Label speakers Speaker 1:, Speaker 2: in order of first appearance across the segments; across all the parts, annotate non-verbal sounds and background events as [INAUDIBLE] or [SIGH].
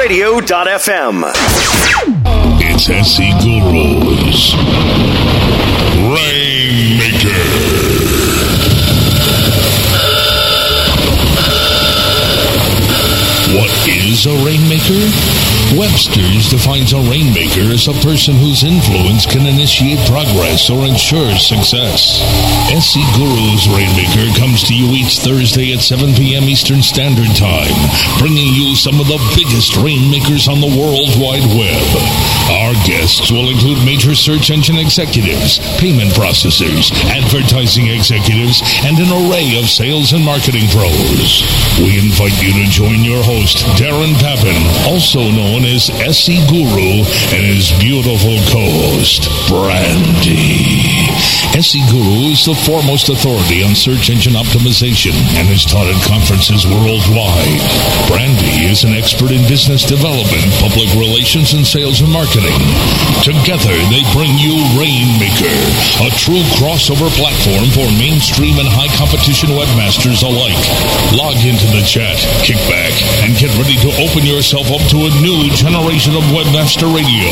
Speaker 1: Webmasterradio.fm.
Speaker 2: It's SC Guru's Rainmaker. What is a rainmaker? Webster's defines a rainmaker as a person whose influence can initiate progress or ensure success. SC Guru's Rainmaker comes to you each Thursday at 7 p.m. Eastern Standard Time, bringing you some of the biggest rainmakers on the World Wide Web. Our guests will include major search engine executives, payment processors, advertising executives, and an array of sales and marketing pros. We invite you to join your host, Darren Pappin, also known as SE Guru, and his beautiful co-host, Brandy. SE Guru is the foremost authority on search engine optimization and is taught at conferences worldwide. Brandy is an expert in business development, public relations, and sales and marketing. Together, they bring you Rainmaker, a true crossover platform for mainstream and high competition webmasters alike. Log into the chat, kick back, and get ready to open yourself up to a new generation of Webmaster Radio.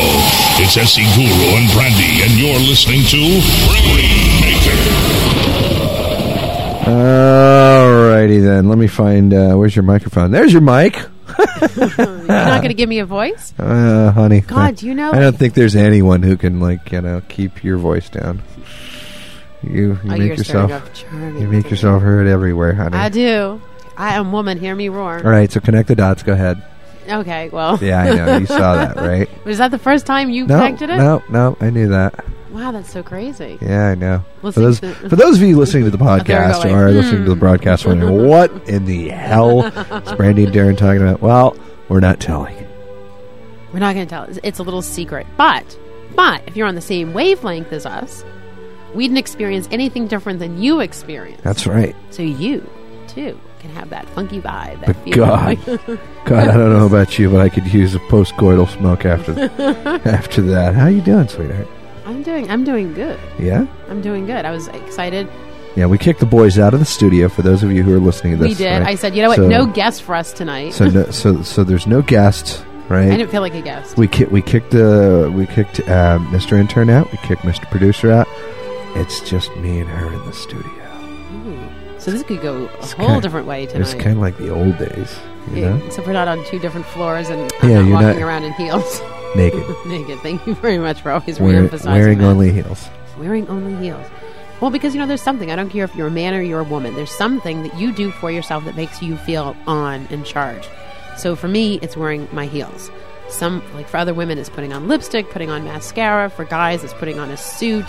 Speaker 2: It's SE Guru and Brandy, and you're listening to Rainmaker.
Speaker 3: Alrighty then. Let me find. Uh, where's your microphone? There's your mic,
Speaker 4: You're not going to give me a voice?
Speaker 3: uh, honey.
Speaker 4: God, you know-
Speaker 3: I don't think there's anyone who can like you know keep your voice down. You, you
Speaker 4: Oh,
Speaker 3: make
Speaker 4: you're starting
Speaker 3: yourself
Speaker 4: off charming.
Speaker 3: you make yourself heard everywhere, honey.
Speaker 4: I do. I am woman. Hear me roar.
Speaker 3: All right, so connect the dots. Go ahead.
Speaker 4: Okay. Well, [LAUGHS]
Speaker 3: Yeah, I know you saw that, right?
Speaker 4: was that the first time you
Speaker 3: No,
Speaker 4: connected it?
Speaker 3: no, no. I knew that.
Speaker 4: Wow, that's so crazy.
Speaker 3: Yeah, I know. For
Speaker 4: Listening
Speaker 3: those,
Speaker 4: to-
Speaker 3: for those of you listening to the
Speaker 4: there we
Speaker 3: podcast
Speaker 4: go,
Speaker 3: or
Speaker 4: like,
Speaker 3: listening to the broadcast, wondering what in the hell is Brandy and Darren talking about? Well, we're not telling.
Speaker 4: We're not going to tell. It's- It's a little secret. But, but if you're on the same wavelength as us, we didn't experience anything different than you experienced.
Speaker 3: That's right.
Speaker 4: So you too can have that funky vibe. That
Speaker 3: But
Speaker 4: feeling.
Speaker 3: God,
Speaker 4: [LAUGHS]
Speaker 3: God, I don't know about you, but I could use a postcoital smoke
Speaker 4: [LAUGHS]
Speaker 3: after after that. How you doing, sweetheart?
Speaker 4: I'm doing. I'm doing good.
Speaker 3: Yeah,
Speaker 4: I'm doing good. I was excited.
Speaker 3: yeah. We kicked the boys out of the studio. For those of you who are listening to this,
Speaker 4: we did.
Speaker 3: right?
Speaker 4: I said, you know what?
Speaker 3: So-
Speaker 4: no guest for us tonight.
Speaker 3: So, no, so, so there's no guests,
Speaker 4: I
Speaker 3: right?
Speaker 4: didn't feel like a guest.
Speaker 3: We ki- we kicked the we kicked uh, Mr. Intern out. We kicked Mr. Producer out. It's just me and her in the studio.
Speaker 4: So this could go a whole
Speaker 3: kinda-
Speaker 4: different way tonight.
Speaker 3: It's kind of like the old days, you
Speaker 4: Yeah,
Speaker 3: know,
Speaker 4: Except we're not on two different floors and I'm
Speaker 3: Yeah,
Speaker 4: not
Speaker 3: you're
Speaker 4: walking
Speaker 3: not-
Speaker 4: around in heels [LAUGHS]
Speaker 3: naked,
Speaker 4: naked. Thank you very much for always
Speaker 3: wearing,
Speaker 4: re-emphasizing
Speaker 3: wearing
Speaker 4: that.
Speaker 3: only heels.
Speaker 4: wearing only heels. Well, because you know, there's something. I don't care if you're a man or you're a woman. There's something that you do for yourself that makes you feel on and charged. So for me, it's wearing my heels. Some like for other women, it's putting on lipstick, putting on mascara. For guys, it's putting on a suit,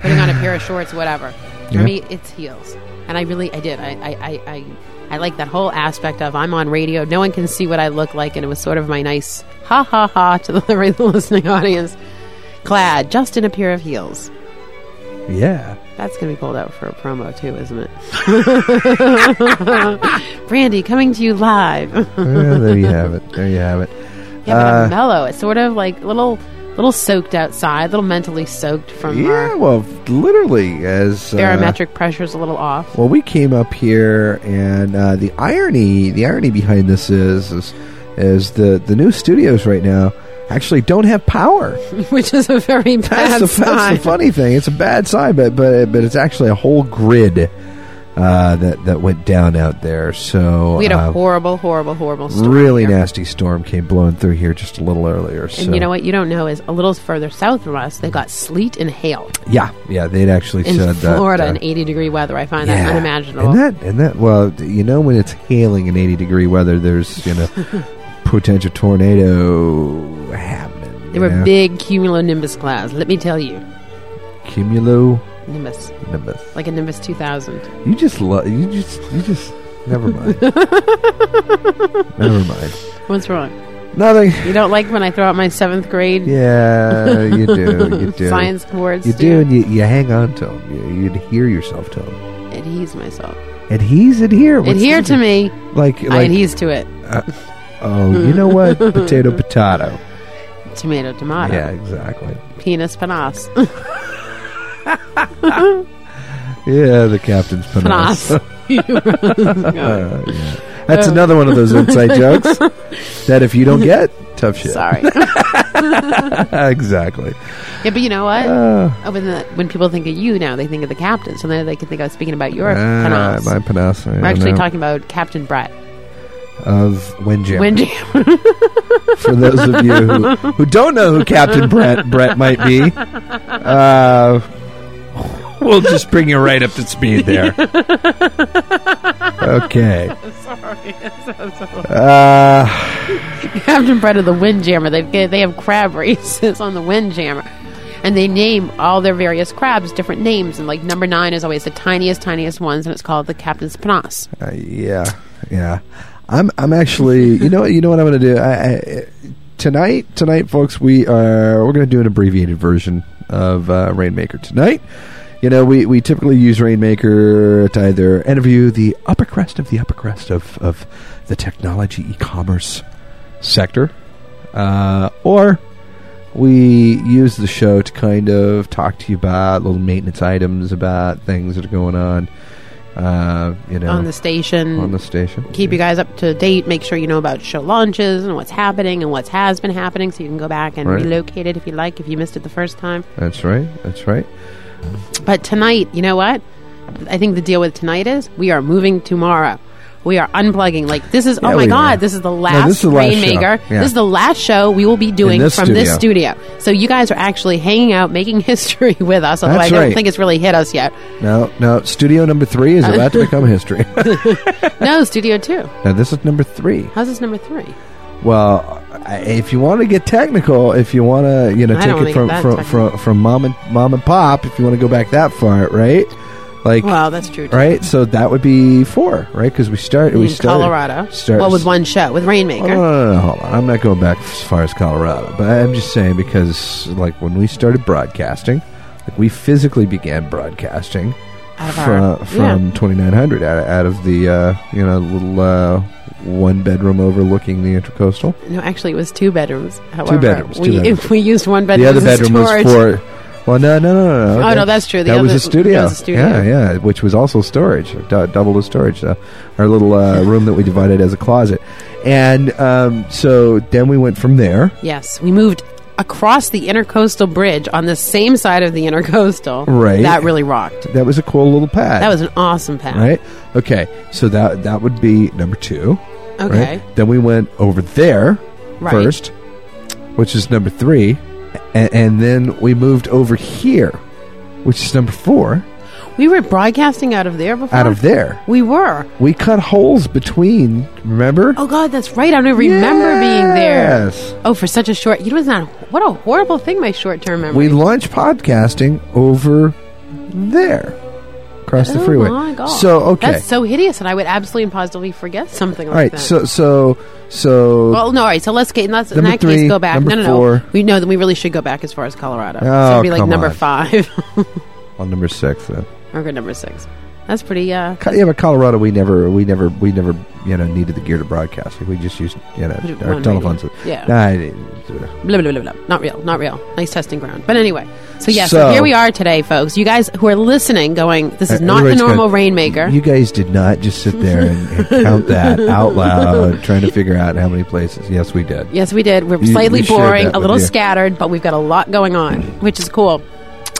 Speaker 4: putting on a pair of shorts, whatever. For
Speaker 3: Yeah.
Speaker 4: me, it's heels. And I really, I did. I, I, I, I, I like that whole aspect of I'm on radio. No one can see what I look like, and it was sort of my nice ha ha ha to the [LAUGHS] listening audience. Clad just in a pair of heels. [LAUGHS]
Speaker 3: Yeah.
Speaker 4: That's going to be pulled out for a promo too, isn't it? [LAUGHS] Brandy coming to you live. [LAUGHS] Having
Speaker 3: Well, there you have it. There you have it. Uh,
Speaker 4: a mellow. It's sort of like little, little soaked outside, little mentally soaked from
Speaker 3: Yeah,
Speaker 4: our
Speaker 3: well, literally as uh,
Speaker 4: barometric pressure's a little off. [LAUGHS]
Speaker 3: well, we came up here, and uh, the irony, the irony behind this is, is, is the the new studios right now actually don't have
Speaker 4: [LAUGHS]
Speaker 3: power.
Speaker 4: which is a very bad
Speaker 3: That's, the, that's
Speaker 4: sign.
Speaker 3: the funny thing. It's a bad sign, but but but it's actually a whole grid uh, that that went down out there. So
Speaker 4: We had a
Speaker 3: uh,
Speaker 4: horrible, horrible, horrible storm.
Speaker 3: really
Speaker 4: here.
Speaker 3: nasty storm came blowing through here just a little earlier.
Speaker 4: And you know what you don't know is a little further south from us, they got sleet and hail
Speaker 3: Yeah, yeah, they'd actually
Speaker 4: in
Speaker 3: said that,
Speaker 4: Florida
Speaker 3: uh,
Speaker 4: in 80 degree weather. I find that unimaginable.
Speaker 3: And that and that well, d- you know when it's hailing in 80 degree weather, there's
Speaker 4: [LAUGHS]
Speaker 3: you know potential tornado happening.
Speaker 4: they
Speaker 3: you
Speaker 4: were
Speaker 3: know?
Speaker 4: big cumulonimbus clouds. Let me tell you,
Speaker 3: cumulonimbus.
Speaker 4: nimbus, like a nimbus 2000.
Speaker 3: You just love. You just you just never
Speaker 4: [LAUGHS]
Speaker 3: mind. never mind.
Speaker 4: What's wrong?
Speaker 3: Nothing.
Speaker 4: You don't like when I throw out my seventh grade
Speaker 3: Yeah, you do.
Speaker 4: [LAUGHS]
Speaker 3: You do.
Speaker 4: science words?
Speaker 3: You
Speaker 4: to
Speaker 3: do, and you, you hang on to him. You, you'd hear yourself to him.
Speaker 4: Adheres myself.
Speaker 3: Adheres adhere. What's
Speaker 4: Adhere to
Speaker 3: the-
Speaker 4: me.
Speaker 3: Like
Speaker 4: I
Speaker 3: like.
Speaker 4: adheres to it.
Speaker 3: oh, you know
Speaker 4: [LAUGHS]
Speaker 3: what? potato potato.
Speaker 4: Tomato, tomato.
Speaker 3: Yeah, exactly.
Speaker 4: Penis, panas.
Speaker 3: Yeah, the captain's panas. [LAUGHS]
Speaker 4: panas.
Speaker 3: Uh, yeah. That's another one of those
Speaker 4: [LAUGHS]
Speaker 3: inside jokes that if you don't get, tough shit.
Speaker 4: Sorry.
Speaker 3: [LAUGHS] exactly.
Speaker 4: yeah, but you know what?
Speaker 3: Uh,
Speaker 4: Oh, when, the, when people think of you now, they think of the captain. So now they can think I was speaking about your
Speaker 3: ah,
Speaker 4: Panos.
Speaker 3: my panas.
Speaker 4: We're actually talking about Captain Brett.
Speaker 3: of Windjammer.
Speaker 4: Windjammer.
Speaker 3: for those of you who, who don't know who Captain Brett Brett might be. Uh, we'll just bring you right up to speed
Speaker 4: [LAUGHS]
Speaker 3: there. Okay.
Speaker 4: [LAUGHS] Sorry. [LAUGHS]
Speaker 3: Uh,
Speaker 4: Captain Brett of the Windjammer. They they have crab [LAUGHS] races on the Windjammer, and they name all their various crabs different names. And like number nine is always the tiniest, tiniest ones, and it's called the Captain's Panas.
Speaker 3: uh, yeah, yeah. I'm I'm actually you know you know what I'm going to do I, I, tonight tonight folks we are we're going to do an abbreviated version of uh, Rainmaker tonight. You know, we, we typically use Rainmaker to either interview the upper crest of the upper crest of, of the technology e commerce sector, uh, or we use the show to kind of talk to you about little maintenance items, about things that are going on, uh, you know,
Speaker 4: On the station,
Speaker 3: on the station.
Speaker 4: Mm. keep you guys up to date. Make sure you know about show launches and what's happening and what has been happening, so you can go back and
Speaker 3: Right.
Speaker 4: relocate it if you like. If you missed it the first time,
Speaker 3: That's right. That's right.
Speaker 4: But tonight, you know what? I think the deal with tonight is we are moving tomorrow. We are unplugging. Like this is
Speaker 3: Yeah,
Speaker 4: oh my
Speaker 3: we
Speaker 4: god,
Speaker 3: are.
Speaker 4: this is the
Speaker 3: No,
Speaker 4: last
Speaker 3: this is the last show.
Speaker 4: Rainmaker.
Speaker 3: Yeah.
Speaker 4: This is the last show we will be doing
Speaker 3: In this
Speaker 4: from this studio. So you guys are actually hanging out, making [LAUGHS] history with us. Although
Speaker 3: That's
Speaker 4: I don't
Speaker 3: right.
Speaker 4: think it's really hit us yet.
Speaker 3: No, no. Studio number three is about
Speaker 4: [LAUGHS]
Speaker 3: to become history. [LAUGHS]
Speaker 4: no, Studio Two.
Speaker 3: now, this is number three.
Speaker 4: How's this number three?
Speaker 3: Well, I- if you want to get technical, if you want to, you know,
Speaker 4: I
Speaker 3: take
Speaker 4: don't wanna
Speaker 3: it from
Speaker 4: get that
Speaker 3: from,
Speaker 4: technical.
Speaker 3: from from mom and mom and pop, if you want to go back that far, right? Like,
Speaker 4: Well, that's true. Too.
Speaker 3: right? So that would be four, right? Because we start, we
Speaker 4: In
Speaker 3: started
Speaker 4: Colorado.
Speaker 3: Start,
Speaker 4: well, with one show with
Speaker 3: Oh,
Speaker 4: Rainmaker.
Speaker 3: no, no, no, hold on. I'm not going back as far as Colorado, but I'm just saying because, like, when we started broadcasting, like, we physically began broadcasting
Speaker 4: Out of
Speaker 3: fro-
Speaker 4: our-
Speaker 3: from, 2900 out, out of the uh, you know little uh, one bedroom overlooking the intercoastal.
Speaker 4: no, actually, it was two bedrooms. However,
Speaker 3: bedrooms, two
Speaker 4: we [LAUGHS]
Speaker 3: bedrooms.
Speaker 4: we used one bedroom.
Speaker 3: the other
Speaker 4: as a
Speaker 3: bedroom
Speaker 4: storage.
Speaker 3: was for. Well, no, no, no, no.
Speaker 4: Oh, no, that's true. The
Speaker 3: that was
Speaker 4: other-
Speaker 3: a studio.
Speaker 4: that was a studio.
Speaker 3: Yeah, yeah, which was also storage, d- double the storage. Uh, our little
Speaker 4: [LAUGHS]
Speaker 3: uh, room that we divided as a closet, and um, so then we went from there.
Speaker 4: Yes, we moved across the intercoastal bridge on the same side of the intercoastal.
Speaker 3: Right.
Speaker 4: That really rocked.
Speaker 3: That was a cool little pad.
Speaker 4: That was an awesome pack.
Speaker 3: right. Okay, so that that would be number two.
Speaker 4: Okay.
Speaker 3: Right? Then we went over there
Speaker 4: Right.
Speaker 3: first, which is number three, and, and then we moved over here, which is number four.
Speaker 4: We were broadcasting out of there before.
Speaker 3: Out of there,
Speaker 4: We were.
Speaker 3: we cut holes between. Remember?
Speaker 4: Oh God, that's right. I don't remember being there.
Speaker 3: Yes.
Speaker 4: Oh, for such a short. You know, it's not. What a horrible thing. My short-term memory.
Speaker 3: We launched podcasting over there, across the
Speaker 4: Oh,
Speaker 3: freeway.
Speaker 4: my God.
Speaker 3: So okay.
Speaker 4: That's so hideous, and I would absolutely and positively forget something like
Speaker 3: all right.
Speaker 4: that.
Speaker 3: So so so.
Speaker 4: Well, no, all right. So let's get. Let's, in
Speaker 3: Number
Speaker 4: that
Speaker 3: three,
Speaker 4: case, go back.
Speaker 3: number
Speaker 4: No, no, no.
Speaker 3: four.
Speaker 4: We know that we really should go back as far as Colorado. so
Speaker 3: Oh,
Speaker 4: it'd be like
Speaker 3: come
Speaker 4: number
Speaker 3: on.
Speaker 4: five [LAUGHS]
Speaker 3: on number six, then.
Speaker 4: or good number six. That's pretty. Uh,
Speaker 3: Co- Yeah, but Colorado, we never, we never, we never, you know, needed the gear to broadcast. Like, we just used, you know,
Speaker 4: Just
Speaker 3: our
Speaker 4: one
Speaker 3: telephones.
Speaker 4: radio. Yeah.
Speaker 3: Nah, I didn't do it. uh,
Speaker 4: blah blah blah blah. Not real, not real. Nice testing ground. But anyway, so yeah, so,
Speaker 3: So-
Speaker 4: here we are today, folks. You guys who are listening, going, this is
Speaker 3: Uh,
Speaker 4: not the
Speaker 3: everybody's
Speaker 4: normal
Speaker 3: going,
Speaker 4: rainmaker.
Speaker 3: You guys did not just sit there and, and count
Speaker 4: [LAUGHS]
Speaker 3: that out loud, trying to figure out how many places. Yes, we did.
Speaker 4: yes, we did. We're
Speaker 3: You-
Speaker 4: slightly
Speaker 3: you shared
Speaker 4: boring,
Speaker 3: that
Speaker 4: a
Speaker 3: with
Speaker 4: little
Speaker 3: you.
Speaker 4: scattered, but we've got a lot going on, which is cool.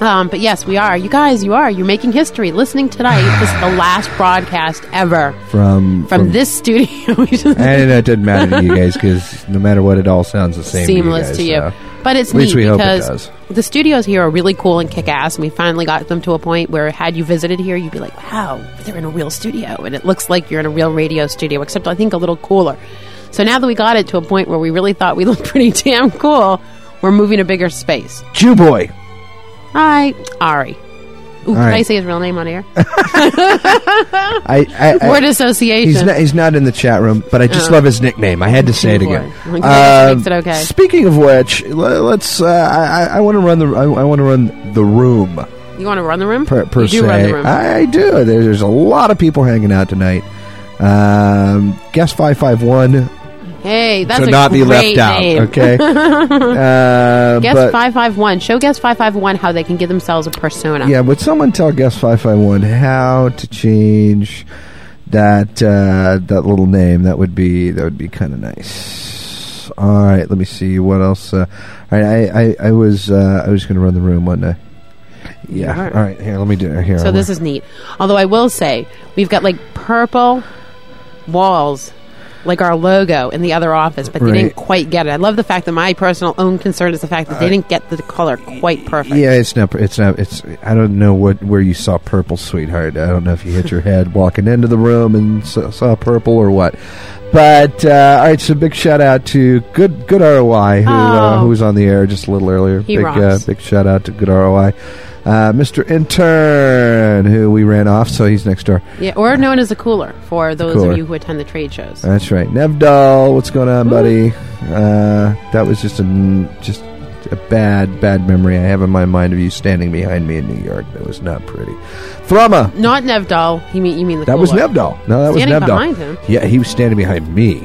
Speaker 4: Um, but yes, we are. You guys, you are. You're making history. Listening tonight, this is the last broadcast ever
Speaker 3: From
Speaker 4: from, this studio. [LAUGHS] We just-
Speaker 3: and it doesn't matter to you guys because no matter what, it all sounds the same.
Speaker 4: seamless to
Speaker 3: to
Speaker 4: you.
Speaker 3: you. guys, so.
Speaker 4: But it's
Speaker 3: At least
Speaker 4: neat
Speaker 3: we hope it
Speaker 4: because
Speaker 3: does.
Speaker 4: the studios here are really cool and kick ass, and we finally got them to a point where had you visited here, you'd be like, "Wow, they're in a real studio," and it looks like you're in a real radio studio, except I think a little cooler. So now that we got it to a point where we really thought we [LAUGHS] looked pretty damn cool, we're moving to bigger space.
Speaker 3: Jew boy.
Speaker 4: Hi, Ari. Ooh, can I
Speaker 3: right.
Speaker 4: say his real name
Speaker 3: [LAUGHS]
Speaker 4: on air?
Speaker 3: I,
Speaker 4: [LAUGHS]
Speaker 3: I, I,
Speaker 4: Word association.
Speaker 3: He's not, he's not in the chat room, but I just
Speaker 4: Oh.
Speaker 3: love his nickname. I had to say it
Speaker 4: Boy.
Speaker 3: again. Um,
Speaker 4: Okay, that makes it okay.
Speaker 3: Speaking of which, le- let's. Uh, I, I- I want to run the. I, I want to run the room
Speaker 4: you want to run the room?
Speaker 3: per, Ah. per
Speaker 4: you
Speaker 3: se.
Speaker 4: do run the room.
Speaker 3: I, I do. There- There's a lot of people hanging out tonight. Um, guest five five one
Speaker 4: hey, that's
Speaker 3: to
Speaker 4: a
Speaker 3: not be
Speaker 4: great
Speaker 3: left
Speaker 4: name.
Speaker 3: out.
Speaker 4: [LAUGHS]
Speaker 3: Okay. uh,
Speaker 4: Guess
Speaker 3: but,
Speaker 4: five five one. Show guest five five one how they can give themselves a persona.
Speaker 3: Yeah, would someone tell guest five five one how to change that uh, that little name. That would be that would be kind of nice. All right, let me see what else. Uh, all right, I I, I was uh, I was going to run the room, wasn't I? Yeah.
Speaker 4: You were.
Speaker 3: All right, here. Let me do it. Here.
Speaker 4: So this is neat. Although I will say, we've got like purple walls, like our logo in the other office, but they
Speaker 3: Right. Uh,
Speaker 4: didn't quite get it. I love the fact that my personal own concern is the fact that they didn't get the color quite perfect.
Speaker 3: Yeah, it's not. It's not. It's. I don't know what where you saw purple, sweetheart. I don't know if you hit your head walking into the room and saw, saw purple or what. But uh, all right, so big shout out to good good ROI who uh,
Speaker 4: Oh.
Speaker 3: who was on the air just a little earlier.
Speaker 4: He
Speaker 3: big
Speaker 4: rocks.
Speaker 3: Uh, big shout out to good ROI, uh, Mr. Intern who we ran off, so he's next door.
Speaker 4: Yeah, or known as a cooler for those
Speaker 3: cooler.
Speaker 4: of you who attend the trade shows.
Speaker 3: That's right, Nevdal. What's going on, buddy? Uh, that was just a just a bad bad memory I have in my mind of you standing behind me in New York. That was not pretty. Thrama.
Speaker 4: Not Nevdal. You mean you mean the
Speaker 3: That
Speaker 4: cooler.
Speaker 3: was Nevdal. No, that
Speaker 4: Oh, Standing
Speaker 3: was Nevdal.
Speaker 4: behind him?
Speaker 3: Yeah, he was standing behind me.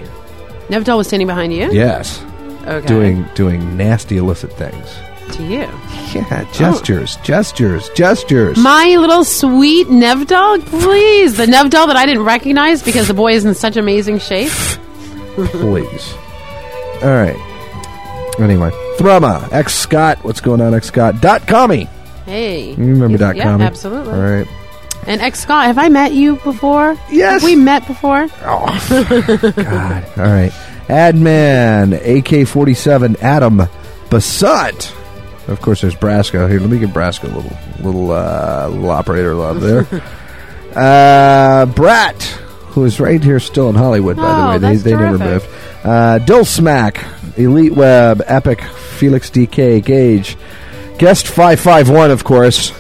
Speaker 4: Nevdal was standing behind you.
Speaker 3: Yes,
Speaker 4: okay.
Speaker 3: doing doing nasty illicit things.
Speaker 4: to you, Oh.
Speaker 3: Yeah, gestures, gestures, gestures.
Speaker 4: my little sweet Nevdal. Please, the Nevdal that I didn't recognize because the boy is in such amazing shape.
Speaker 3: please. All right. Anyway, Thrama, X Scott. What's going on, X Scott? Dot commie.
Speaker 4: Hey,
Speaker 3: You remember
Speaker 4: He's-
Speaker 3: dot
Speaker 4: yeah,
Speaker 3: commie?
Speaker 4: absolutely.
Speaker 3: All right.
Speaker 4: And ex Scott, have I met you before?
Speaker 3: Yes.
Speaker 4: Have we met before?
Speaker 3: God. All right. Adman, AK 47, Adam Basant. Of course, there's Brasco. Here, let me give Brasco a little, little, uh, little operator love there.
Speaker 4: [LAUGHS]
Speaker 3: uh, Brat, who is right here still in Hollywood, by the
Speaker 4: Oh,
Speaker 3: way.
Speaker 4: that's
Speaker 3: they they never
Speaker 4: terrific.
Speaker 3: moved. Uh, Dill Smack, Elite Web, Epic, Felix DK, Gage. Guest 551, of
Speaker 4: [LAUGHS]
Speaker 3: course.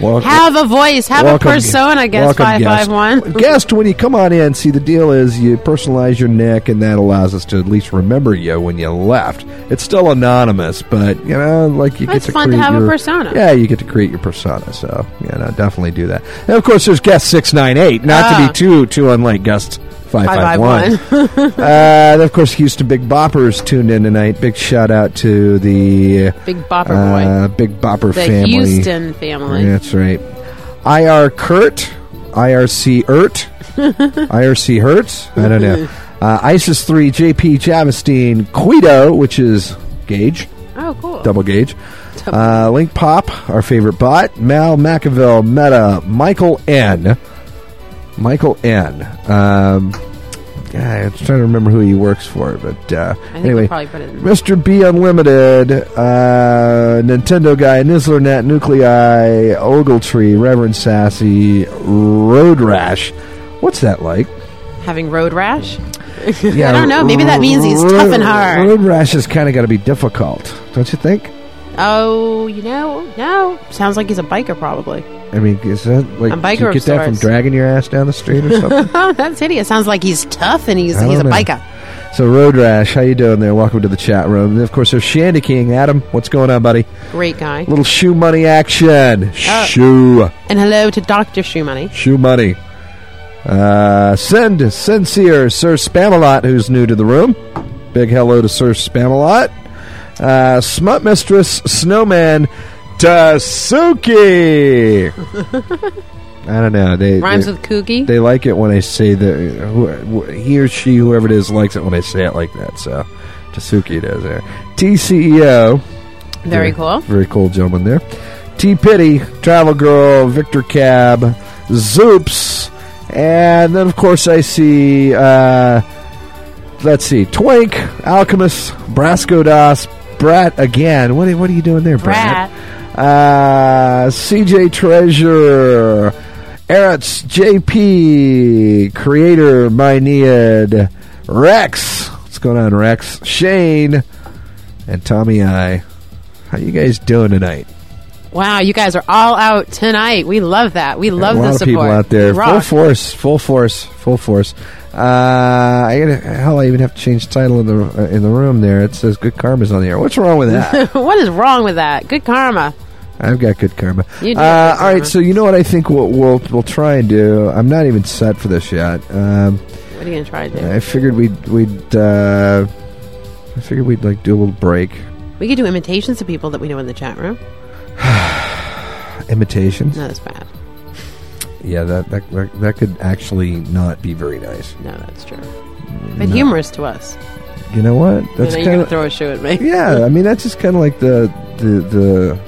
Speaker 3: Welcome-
Speaker 4: Have a voice, have
Speaker 3: Welcome,
Speaker 4: a persona, guess
Speaker 3: welcome,
Speaker 4: five five one.
Speaker 3: guest. [LAUGHS] Guest, when you come on in, see the deal is you personalize your nick, and that allows us to at least remember you when you left. It's still anonymous, but you know, like you
Speaker 4: It's
Speaker 3: get to
Speaker 4: fun to
Speaker 3: create
Speaker 4: have a
Speaker 3: your-
Speaker 4: persona.
Speaker 3: Yeah, you get to create your persona. So you know, definitely do that. And of course, there's guest six nine eight. Not to
Speaker 4: Ah.
Speaker 3: be too too unlike guest five five one. [LAUGHS] Uh, and of course, Houston Big Boppers tuned in tonight. Big shout out to the
Speaker 4: Big Bopper boy,
Speaker 3: uh, Big Bopper
Speaker 4: the
Speaker 3: family.
Speaker 4: Houston family.
Speaker 3: That's right. IR Kurt, IRC
Speaker 4: [LAUGHS]
Speaker 3: Ert, IRC Hertz. I don't know. Uh, ISIS three, JP Javestein, Guido, which is Gage,
Speaker 4: Oh, cool.
Speaker 3: double Gage. Uh, Link Pop, our favorite bot, Mal McAville, Meta, Michael N, Michael N. Um, yeah, I'm trying to remember who he works for, but uh,
Speaker 4: I think
Speaker 3: anyway,
Speaker 4: we probably put it in.
Speaker 3: Mr. B Unlimited, uh, Nintendo Guy, Nizzlernet, Nuclei, Ogletree, Reverend Sassy, Road Rash. What's that
Speaker 4: [LAUGHS]
Speaker 3: like?
Speaker 4: Having road rash.
Speaker 3: Yeah,
Speaker 4: don't know. Maybe that means he's tough and hard.
Speaker 3: Road Rash has kind of got to be difficult, don't you think?
Speaker 4: Oh, you know, no. Sounds like he's a biker, probably.
Speaker 3: I mean, is that like
Speaker 4: I'm
Speaker 3: did
Speaker 4: biker
Speaker 3: you get that from
Speaker 4: upstairs.
Speaker 3: dragging your ass down the street or
Speaker 4: [LAUGHS]
Speaker 3: something?
Speaker 4: Oh, that's hideous. Sounds like he's tough and he's
Speaker 3: I
Speaker 4: he's a
Speaker 3: don't know.
Speaker 4: biker.
Speaker 3: so, Road Rash, how you doing there? Welcome to the chat room. And of course, there's Shandy King. Adam, what's going on, buddy?
Speaker 4: Great guy.
Speaker 3: Little shoe money action.
Speaker 4: Oh.
Speaker 3: Shoe.
Speaker 4: And hello to Doctor Shoe Money.
Speaker 3: Shoe money. Uh, send sincere Sir Spamalot, who's new to the room. Big hello to Sir Spamalot. Uh, Smut Mistress Snowman Tasuki. I don't know. They
Speaker 4: Rhymes
Speaker 3: they,
Speaker 4: with kooky.
Speaker 3: they like it when I say the who, wh- he or she whoever it is likes it when I say it like that. So Tasuki does there. TCEO.
Speaker 4: Very cool.
Speaker 3: Very cool gentleman there. T Pity, Travel Girl, Victor Cab, Zoops, and then of course I see uh, let's see, Twink, Alchemist, Brasco Das, Brat again. What are, what are you doing there, Brat?
Speaker 4: Brat.
Speaker 3: Uh, CJ Treasure, Eretz, JP, Creator, My Need, Rex. What's going on, Rex? Shane and Tommy I. How you guys doing tonight?
Speaker 4: Wow, you guys are all out tonight. We love that. We love
Speaker 3: a lot
Speaker 4: the
Speaker 3: of
Speaker 4: support.
Speaker 3: people out there,
Speaker 4: You
Speaker 3: full
Speaker 4: rock.
Speaker 3: force, full force, full force. Uh, I gotta, hell, I even have to change the title in the uh, in the room. There, it says "Good Karma's on the air." What's wrong with
Speaker 4: [LAUGHS]
Speaker 3: that?
Speaker 4: what is wrong with that? Good karma.
Speaker 3: I've got good karma.
Speaker 4: You do
Speaker 3: uh,
Speaker 4: have good
Speaker 3: all right,
Speaker 4: karma.
Speaker 3: so you know what I think we'll, we'll we'll try and do. I'm not even set for this yet. Um,
Speaker 4: What are you gonna try to do?
Speaker 3: I figured we'd we'd uh, I figured we'd like do a little break
Speaker 4: We could do imitations of people that we know in the chat room.
Speaker 3: imitations.
Speaker 4: No, that's bad.
Speaker 3: Yeah, that that, that, that could actually not be very nice.
Speaker 4: No, that's true. But humorous to us.
Speaker 3: You know what? That's
Speaker 4: That's you know, you're
Speaker 3: kind
Speaker 4: gonna
Speaker 3: of
Speaker 4: throw a shoe at me.
Speaker 3: yeah. I mean, that's just kind of like the the the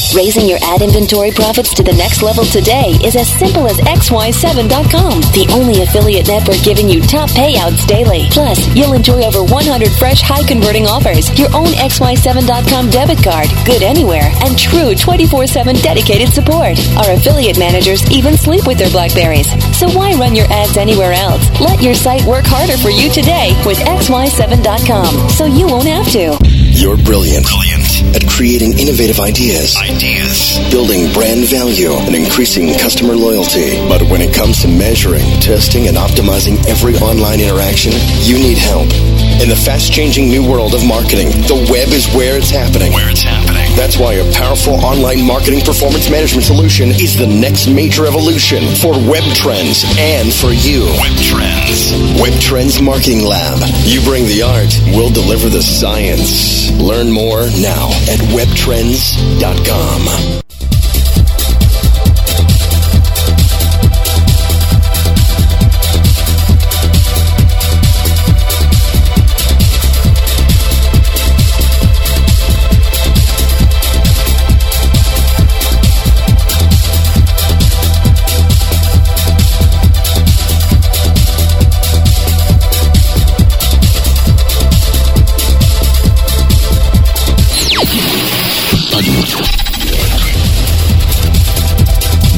Speaker 5: Raising your ad inventory profits to the next level today is as simple as xy7.com, the only affiliate network giving you top payouts daily. Plus, you'll enjoy over 100 fresh high converting offers, your own xy7.com debit card, good anywhere, and true 24/7 dedicated support. Our affiliate managers even sleep with their blackberries. So why run your ads anywhere else? Let your site work harder for you today with xy7.com so you won't have to.
Speaker 6: You're brilliant. Brilliant. At creating innovative ideas. Ideas. Building brand value and increasing customer loyalty. But when it comes to measuring, testing, and optimizing every online interaction, you need help. In the fast changing new world of marketing, the web is where it's happening. Where it's happening. That's why a powerful online marketing performance management solution is the next major evolution for web trends and for you. Web Trends. Web Trends Marketing Lab. You bring the art, we'll deliver the science. Learn more now at webtrends.com.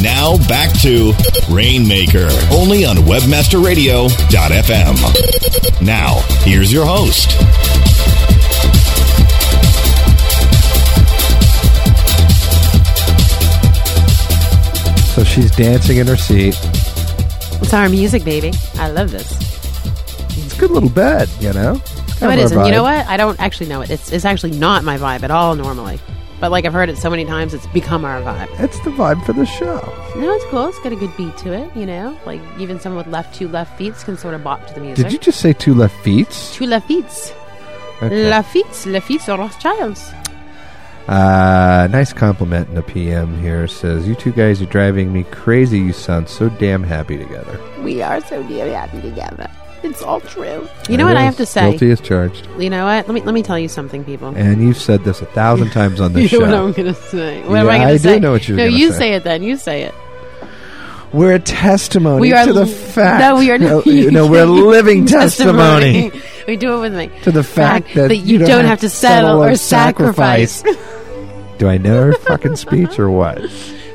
Speaker 1: Now back to Rainmaker, only on WebmasterRadio.fm. Now, here's your host.
Speaker 3: So she's dancing in her seat.
Speaker 4: It's our music, baby. I love this.
Speaker 3: It's a good little bed, you know. It's
Speaker 4: No,
Speaker 3: kind
Speaker 4: it
Speaker 3: of our
Speaker 4: isn't. You
Speaker 3: vibe.
Speaker 4: know what? I don't actually know it. It's, it's actually not my vibe at all normally. But like I've heard it so many times, it's become our vibe.
Speaker 3: It's the vibe for the show.
Speaker 4: No, it's cool. It's got a good beat to it, you know? Like, even someone with left two left feet can sort of bop to the music.
Speaker 3: Did you just say two left feet?
Speaker 4: Two left feet.
Speaker 3: Okay.
Speaker 4: Lafitte's, Lafitte's or Rothschilds.
Speaker 3: Uh, nice compliment in the PM here. Says, You two guys are driving me crazy. You sound so damn happy together.
Speaker 4: We are so damn happy together. It's all true.
Speaker 3: There
Speaker 4: You know what
Speaker 3: it
Speaker 4: I
Speaker 3: is.
Speaker 4: have to say.
Speaker 3: Guilty is charged.
Speaker 4: You know what? Let me let me tell you something, people.
Speaker 3: And you've said this a
Speaker 4: [LAUGHS]
Speaker 3: thousand times on
Speaker 4: You
Speaker 3: this
Speaker 4: know what
Speaker 3: show.
Speaker 4: I'm gonna say. What am
Speaker 3: Yeah,
Speaker 4: I gonna
Speaker 3: I do
Speaker 4: say?
Speaker 3: know what you're
Speaker 4: no,
Speaker 3: gonna
Speaker 4: you
Speaker 3: say.
Speaker 4: it then. You say it.
Speaker 3: We're a testimony
Speaker 4: we are
Speaker 3: to the
Speaker 4: l-
Speaker 3: fact.
Speaker 4: No, we
Speaker 3: [LAUGHS]
Speaker 4: are
Speaker 3: No,
Speaker 4: [LAUGHS] not.
Speaker 3: you know, we're a
Speaker 4: [LAUGHS]
Speaker 3: living testimony
Speaker 4: we do it with me.
Speaker 3: to the fact that,
Speaker 4: you, don't, have to settle or sacrifice. [LAUGHS]
Speaker 3: Do I know her fucking speech or what?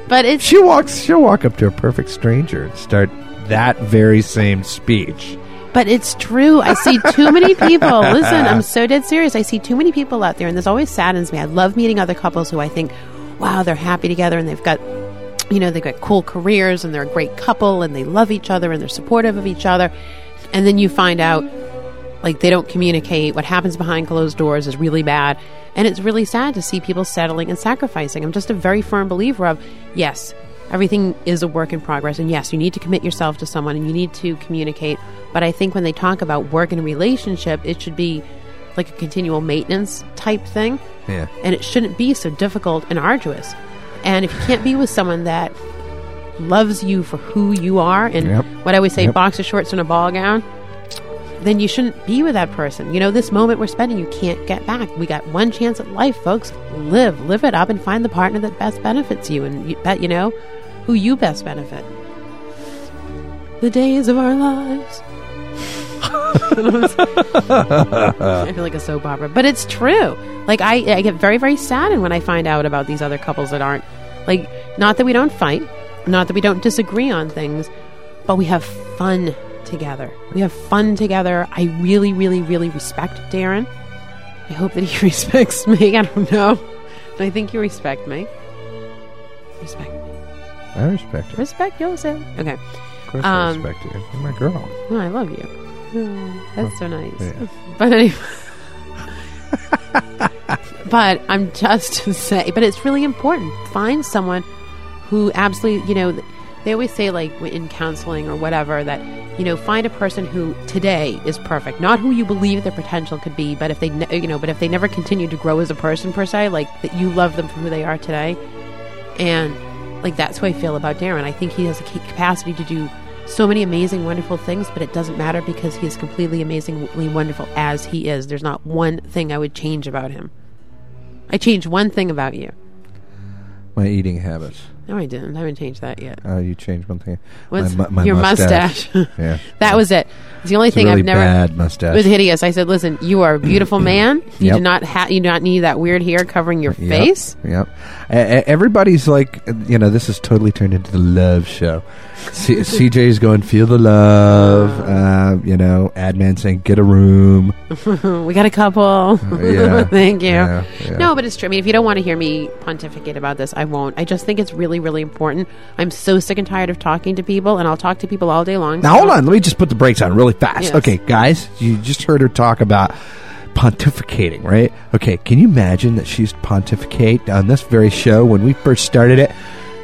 Speaker 4: but it's
Speaker 3: She walks. She'll walk up to a perfect stranger and start that very same speech.
Speaker 4: but it's true. I see too many people. Listen, I'm so dead serious. I see too many people out there, and this always saddens me. I love meeting other couples who I think, wow, they're happy together and they've got you know, they've got cool careers and they're a great couple and they love each other and they're supportive of each other. And then you find out, like, they don't communicate. What happens behind closed doors is really bad. And it's really sad to see people settling and sacrificing. I'm just a very firm believer of, yes, everything is a work in progress. And yes, you need to commit yourself to someone and you need to communicate. But I think when they talk about work and relationship, it should be like a continual maintenance type thing
Speaker 3: Yeah.
Speaker 4: and it shouldn't be so difficult and arduous. And if you can't be with someone that loves you for who you are and
Speaker 3: Yep.
Speaker 4: what I always say,
Speaker 3: Yep.
Speaker 4: boxer shorts and a ball gown, then you shouldn't be with that person. You know, this moment we're spending, you can't get back. We got one chance at life, folks. Live, live it up, and find the partner that best benefits you and you, that you know who you best benefit. The days of our lives. I feel like a soap opera, but it's true. Like I, I get very, very saddened when I find out about these other couples that aren't like. Not that we don't fight, not that we don't disagree on things, but we have fun together. We have fun together. I really, really, really respect Darren. I hope that he [LAUGHS] respects me. I don't know, but I think you respect me. Respect,
Speaker 3: I respect her.
Speaker 4: respect yourself. Okay,
Speaker 3: Of course, I
Speaker 4: Um,
Speaker 3: respect her. You're my girl.
Speaker 4: oh, I love you. Oh, that's so nice.
Speaker 3: Yeah.
Speaker 4: [LAUGHS] But anyway. but I'm just to say, but it's really important. Find someone who absolutely, you know, they always say, like in counseling or whatever, that, you know, find a person who today is perfect. Not who you believe their potential could be, but if they, ne- you know, but if they never continue to grow as a person per se, like that you love them for who they are today. And like that's how I feel about Darren. I think he has the ca- capacity to do so many amazing, wonderful things, but it doesn't matter because he is completely amazingly wonderful as he is. There's not one thing I would change about him. I changed one thing about you.
Speaker 3: My eating habits.
Speaker 4: No, I didn't. I haven't changed that yet.
Speaker 3: Uh, you changed one thing.
Speaker 4: What's
Speaker 3: mu-
Speaker 4: your mustache?
Speaker 3: [LAUGHS] yeah.
Speaker 4: [LAUGHS] that was it. It's the only
Speaker 3: It's a
Speaker 4: thing
Speaker 3: really
Speaker 4: I've never.
Speaker 3: bad
Speaker 4: It
Speaker 3: mustache.
Speaker 4: was hideous. I said, "Listen, you are
Speaker 3: [CLEARS THROAT]
Speaker 4: a beautiful man. You
Speaker 3: Yep.
Speaker 4: do not ha- you do not need that weird hair covering your
Speaker 3: Yep,
Speaker 4: face."
Speaker 3: Yep. E- e- Everybody's like, you know, this has totally turned into the love show. C- [LAUGHS] CJ's going, feel the love. Uh, you know, Adman saying, get a room.
Speaker 4: we got a couple.
Speaker 3: yeah.
Speaker 4: [LAUGHS] Thank you.
Speaker 3: Yeah, yeah.
Speaker 4: No, but it's true. I mean, if you don't want to hear me pontificate about this, I won't. I just think it's really, really important. I'm so sick and tired of talking to people, and I'll talk to people all day long.
Speaker 3: Now,
Speaker 4: so-
Speaker 3: hold on. Let me just put the brakes on really fast.
Speaker 4: Yes.
Speaker 3: Okay, guys, you just heard her talk about pontificating, right? Okay, can you imagine that she used to pontificate on this very show when we first started it?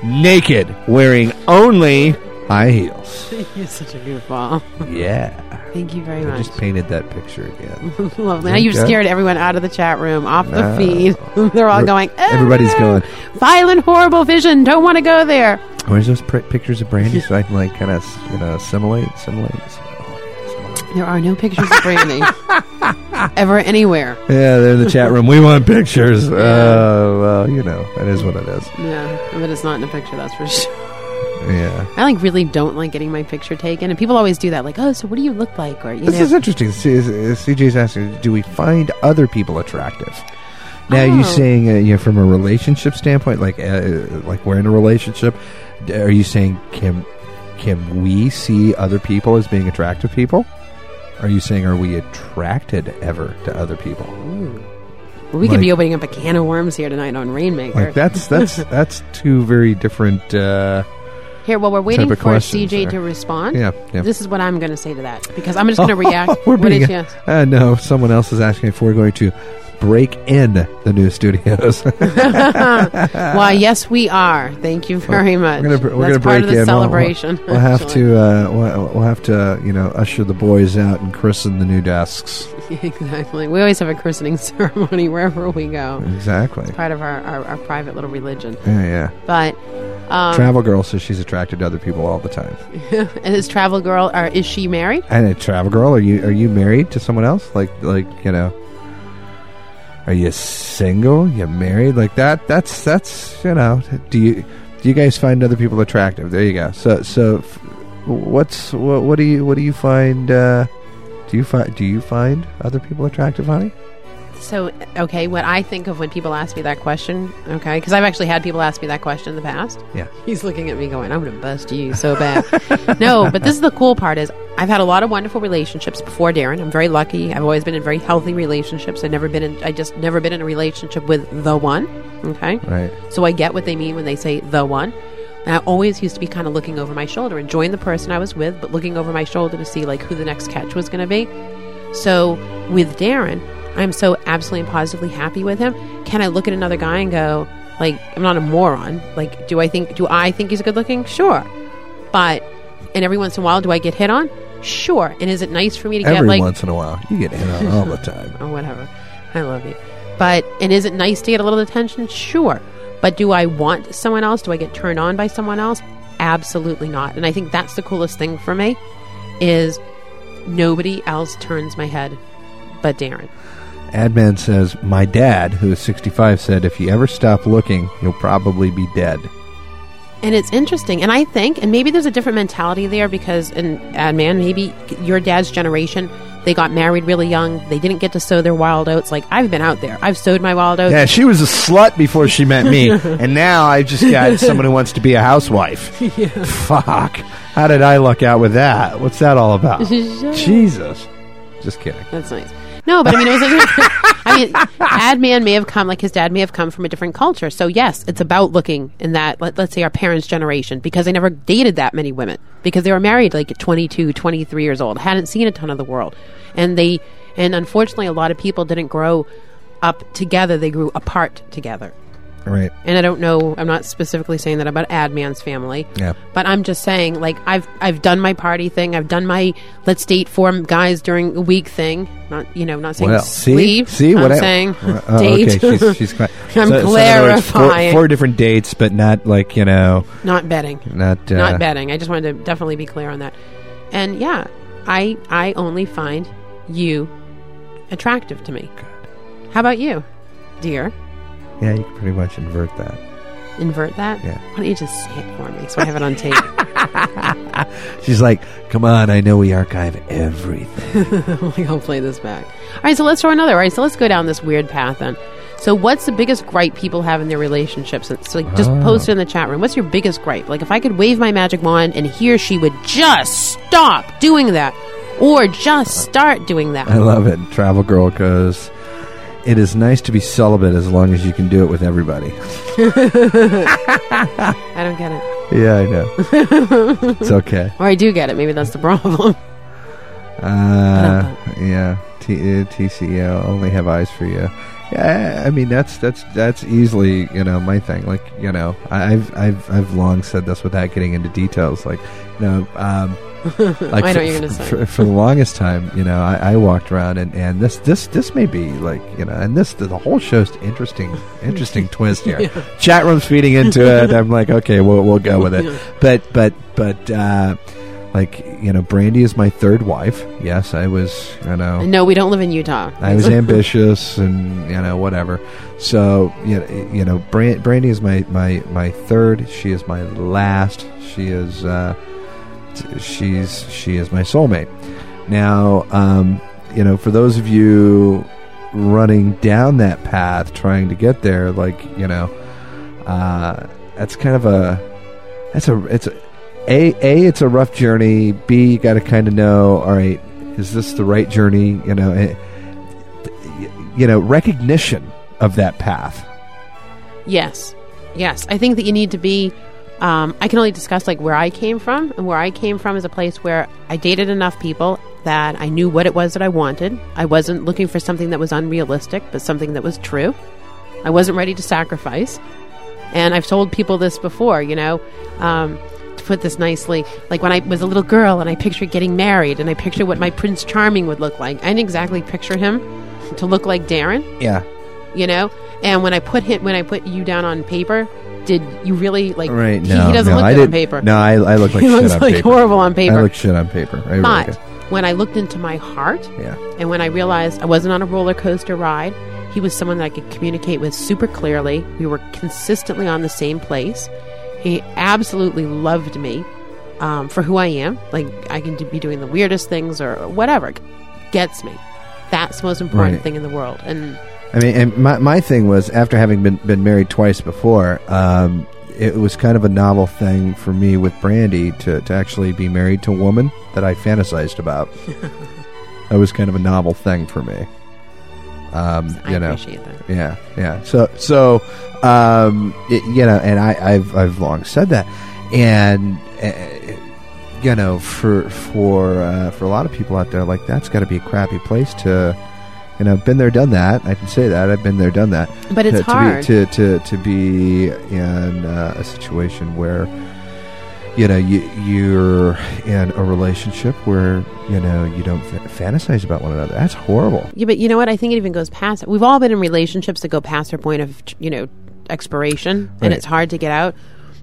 Speaker 3: Naked, wearing only high heels.
Speaker 4: [LAUGHS] You're such a goofball.
Speaker 3: yeah.
Speaker 4: Thank you very
Speaker 3: I
Speaker 4: much.
Speaker 3: just painted that picture again.
Speaker 4: [LAUGHS] Lovely. Now you've
Speaker 3: Okay.
Speaker 4: scared everyone out of the chat room, off
Speaker 3: No.
Speaker 4: the feed. [LAUGHS] They're all
Speaker 3: Every-
Speaker 4: going. "Ah,
Speaker 3: everybody's going."
Speaker 4: Violent, horrible vision. Don't want to go there.
Speaker 3: Where's those pr- pictures of Brandy so I can like kind of you know assimilate, assimilate? assimilate, assimilate?
Speaker 4: There are no pictures
Speaker 3: [LAUGHS]
Speaker 4: of Brandy ever anywhere.
Speaker 3: Yeah, they're in the chat room. We want pictures. Uh, well, you know, that is what it is.
Speaker 4: Yeah, but it's not in a picture. That's for sure.
Speaker 3: Yeah,
Speaker 4: I like really don't like getting my picture taken, and people always do that. Like, oh, so what do you look like? Or you
Speaker 3: this
Speaker 4: know,
Speaker 3: is interesting. C- is- is CJ's asking, do we find other people attractive? Now,
Speaker 4: Oh.
Speaker 3: you saying uh, you know, from a relationship standpoint, like uh, like we're in a relationship. d- Are you saying can can we see other people as being attractive people? Are you saying are we attracted ever to other people?
Speaker 4: Well, we could be
Speaker 3: Like-
Speaker 4: opening up a can of worms here tonight on Rainmaker. [LAUGHS]
Speaker 3: Like that's that's that's two very different uh,
Speaker 4: Here, while we're waiting
Speaker 3: of
Speaker 4: for
Speaker 3: questions
Speaker 4: CJ
Speaker 3: there.
Speaker 4: to respond,
Speaker 3: Yeah, yeah. Oh,
Speaker 4: this is what I'm going to say to that because I'm
Speaker 3: [LAUGHS]
Speaker 4: just going to react.
Speaker 3: We're
Speaker 4: what
Speaker 3: being,
Speaker 4: did you?
Speaker 3: uh, no, someone else is asking if we're going to break in the new studios. [LAUGHS]
Speaker 4: Why, yes, we are. Thank you very much.
Speaker 3: We're gonna, we're gonna
Speaker 4: That's
Speaker 3: break
Speaker 4: part of the
Speaker 3: in. We'll- we'll-
Speaker 4: celebration.
Speaker 3: We'll, have
Speaker 4: actually.
Speaker 3: to. Uh, we'll, we'll have to. uh, You know, usher the boys out and christen the new desks.
Speaker 4: [LAUGHS] exactly. We always have a christening [LAUGHS] ceremony wherever we go.
Speaker 3: Exactly.
Speaker 4: Part of our, our, our private little religion.
Speaker 3: Yeah, yeah.
Speaker 4: But um,
Speaker 3: Travel girl says she's attracted to other people all the time.
Speaker 4: is uh, Travel Girl, or is she married?
Speaker 3: And a travel girl, are you are you married to someone else? Like like you know, are you single? You married? Like that? That's that's you know. Do you do you guys find other people attractive? There you go. So so, f- what's what, what do you what do you find? Uh, do you find do you find other people attractive, honey?
Speaker 4: So, okay, what I think of when people ask me that question, okay, because I've actually had people ask me that question in the past.
Speaker 3: Yeah.
Speaker 4: He's looking at me going, I'm going to bust you so bad. no, but this is the cool part is I've had a lot of wonderful relationships before Darren. I'm very lucky. I've always been in very healthy relationships. I've never been in, I just never been in a relationship with the one. Okay.
Speaker 3: Right.
Speaker 4: So I get what they mean when they say the one. And I always used to be kind of looking over my shoulder, enjoying the person I was with, but looking over my shoulder to see like who the next catch was going to be. So with Darren, I'm so absolutely and positively happy with him. Can I look at another guy and go, like, I'm not a moron. Like, do I think do I think he's good looking? Sure. But and every once in a while do I get hit on? Sure. And is it nice for me to
Speaker 3: Every
Speaker 4: get like
Speaker 3: once in a while, you get hit on all the time.
Speaker 4: or Oh, whatever. I love you. But and is it nice to get a little attention? Sure. But do I want someone else? Do I get turned on by someone else? Absolutely not. And I think that's the coolest thing for me is nobody else turns my head but Darren.
Speaker 3: Adman says, My dad, who is 65, said, If you ever stop looking, you'll probably be dead.
Speaker 4: And it's interesting. And I think, and maybe there's a different mentality there because, and, and man, maybe your dad's generation, they got married really young. They didn't get to sow their wild oats. Like, I've been out there. I've sowed my wild oats.
Speaker 3: Yeah, she was a slut before she met
Speaker 4: [LAUGHS]
Speaker 3: me, and now I've just got someone who wants to be a
Speaker 4: [LAUGHS]
Speaker 3: housewife. Fuck. How did I luck out with that? What's that all
Speaker 4: [LAUGHS]
Speaker 3: about? Jesus. Just kidding.
Speaker 4: That's nice. No, but I mean, it was like, [LAUGHS] I mean, Adman may have come, like his dad may have come from a different culture. So, yes, it's about looking in that, let, let's say our parents' generation, because they never dated that many women, because they were married like at 22, 23 years old, hadn't seen a ton of the world. And they, and unfortunately, a lot of people didn't grow up together, they grew apart together.
Speaker 3: Right.
Speaker 4: And I don't know, I'm not specifically saying that about Adman's family.
Speaker 3: Yeah.
Speaker 4: But I'm just saying, like, I've I've done my party thing. I've done my let's date four guys during a week thing. Not you know, not saying
Speaker 3: Well, see,
Speaker 4: sleep.
Speaker 3: see
Speaker 4: I'm
Speaker 3: what I- [LAUGHS]
Speaker 4: saying
Speaker 3: Oh,
Speaker 4: [LAUGHS] date.
Speaker 3: Okay, she's, she's cla-
Speaker 4: I'm
Speaker 3: in other words, four-
Speaker 4: clarifying.
Speaker 3: four different dates, but not like you know,
Speaker 4: not betting.
Speaker 3: not uh,
Speaker 4: not betting. I just wanted to definitely be clear on that. And yeah, I I only find you attractive to me. How about you, dear?
Speaker 3: Yeah, you can pretty much invert that.
Speaker 4: Invert that.
Speaker 3: Yeah.
Speaker 4: Why don't you just say it for me so I have it on
Speaker 3: [LAUGHS]
Speaker 4: tape?
Speaker 3: She's like, come on, I know we archive everything. [LAUGHS]
Speaker 4: [LAUGHS] I'm like, I'll play this back. All right, so let's throw another. All right, so let's go down this weird path then. So, what's the biggest gripe people have in their relationships? It's like just
Speaker 3: Ah.
Speaker 4: post it in the chat room. What's your biggest gripe? Like, if I could wave my magic wand and he or she would just stop doing that, or just start doing
Speaker 3: I
Speaker 4: that.
Speaker 3: love it. Travel Girl goes, it is nice to be celibate as long as you can do it with everybody. [LAUGHS]
Speaker 4: I don't get it,
Speaker 3: Yeah, I know. it's okay.
Speaker 4: or I do get it. Maybe that's the [LAUGHS] problem.
Speaker 3: Uh, yeah, T- uh, TCL, only have eyes for you. Yeah, I I mean that's that's that's easily you know my thing. Like you know, I- I've I've I've long said this without getting into details. Like you know,
Speaker 4: [LAUGHS]
Speaker 3: um, like
Speaker 4: I know
Speaker 3: for,
Speaker 4: what you're gonna
Speaker 3: for-
Speaker 4: say.
Speaker 3: for, for the longest time, you know, I, I walked around and, and this this this may be like you know, and this the whole show's interesting interesting twist
Speaker 4: [LAUGHS]
Speaker 3: here. Chat room's feeding into it. I'm like, okay, we'll we'll go with it. But but but. uh like you know brandy is my third wife yes i was you know
Speaker 4: No, we don't live in Utah.
Speaker 3: Oh. i was ambitious and you know whatever so you know, you know Bran- brandy is my my my third she is my last she is uh t- she's she is my soulmate now um you know for those of you running down that path trying to get there like you know uh that's kind of a that's a it's a a a it's a rough journey b you got to kind of know all right is this the right journey you know eh, y- you know recognition of that path
Speaker 4: Yes. Yes. I think that you need to be um, I can only discuss like where I came from, and where I came from is a place where I dated enough people that I knew what it was that I wanted. I wasn't looking for something that was unrealistic, but something that was true. I wasn't ready to sacrifice, and I've told people this before. You know, um, to put this nicely, like when I was a little girl and I pictured getting married, and I pictured what my Prince Charming would look like. I didn't exactly picture him to look like Darren
Speaker 3: Yeah.
Speaker 4: you know and when i put him when i put you down on paper did you really like
Speaker 3: Right.
Speaker 4: he,
Speaker 3: No.
Speaker 4: he doesn't
Speaker 3: no,
Speaker 4: look
Speaker 3: I
Speaker 4: good on
Speaker 3: didn't-
Speaker 4: paper [LAUGHS]
Speaker 3: No, I, I look like
Speaker 4: he
Speaker 3: shit
Speaker 4: looks
Speaker 3: on
Speaker 4: like
Speaker 3: paper.
Speaker 4: horrible on paper
Speaker 3: I look shit on paper. I really
Speaker 4: but
Speaker 3: do.
Speaker 4: when i looked into my heart
Speaker 3: Yeah.
Speaker 4: and when i realized i wasn't on a roller coaster ride he was someone that i could communicate with super clearly we were consistently on the same place he absolutely loved me um, for who i am like i can do- be doing the weirdest things or whatever gets me that's the most important
Speaker 3: Right.
Speaker 4: thing in the world and
Speaker 3: I mean, and my, my thing was after having been, been married twice before, um, it was kind of a novel thing for me with Brandy to, to actually be married to a woman that I fantasized
Speaker 4: [LAUGHS]
Speaker 3: about. that was kind of a novel thing for me. Um,
Speaker 4: i
Speaker 3: you know,
Speaker 4: appreciate that
Speaker 3: yeah, yeah. So, so, um, it, you know, and I, I've, I've long said that, and uh, you know, for for uh, for a lot of people out there, like that's got to be a crappy place to, you know, been there, done that. I can say that I've been there, done that.
Speaker 4: But it's
Speaker 3: to, to
Speaker 4: hard.
Speaker 3: be, to, to to be in uh, a situation where. You know, you, you're in a relationship where you know you don't fa- fantasize about one another. That's horrible.
Speaker 4: Yeah, but you know what? I think it even goes past it. We've all been in relationships that go past their point of, you know, expiration,
Speaker 3: Right.
Speaker 4: and it's hard to get out.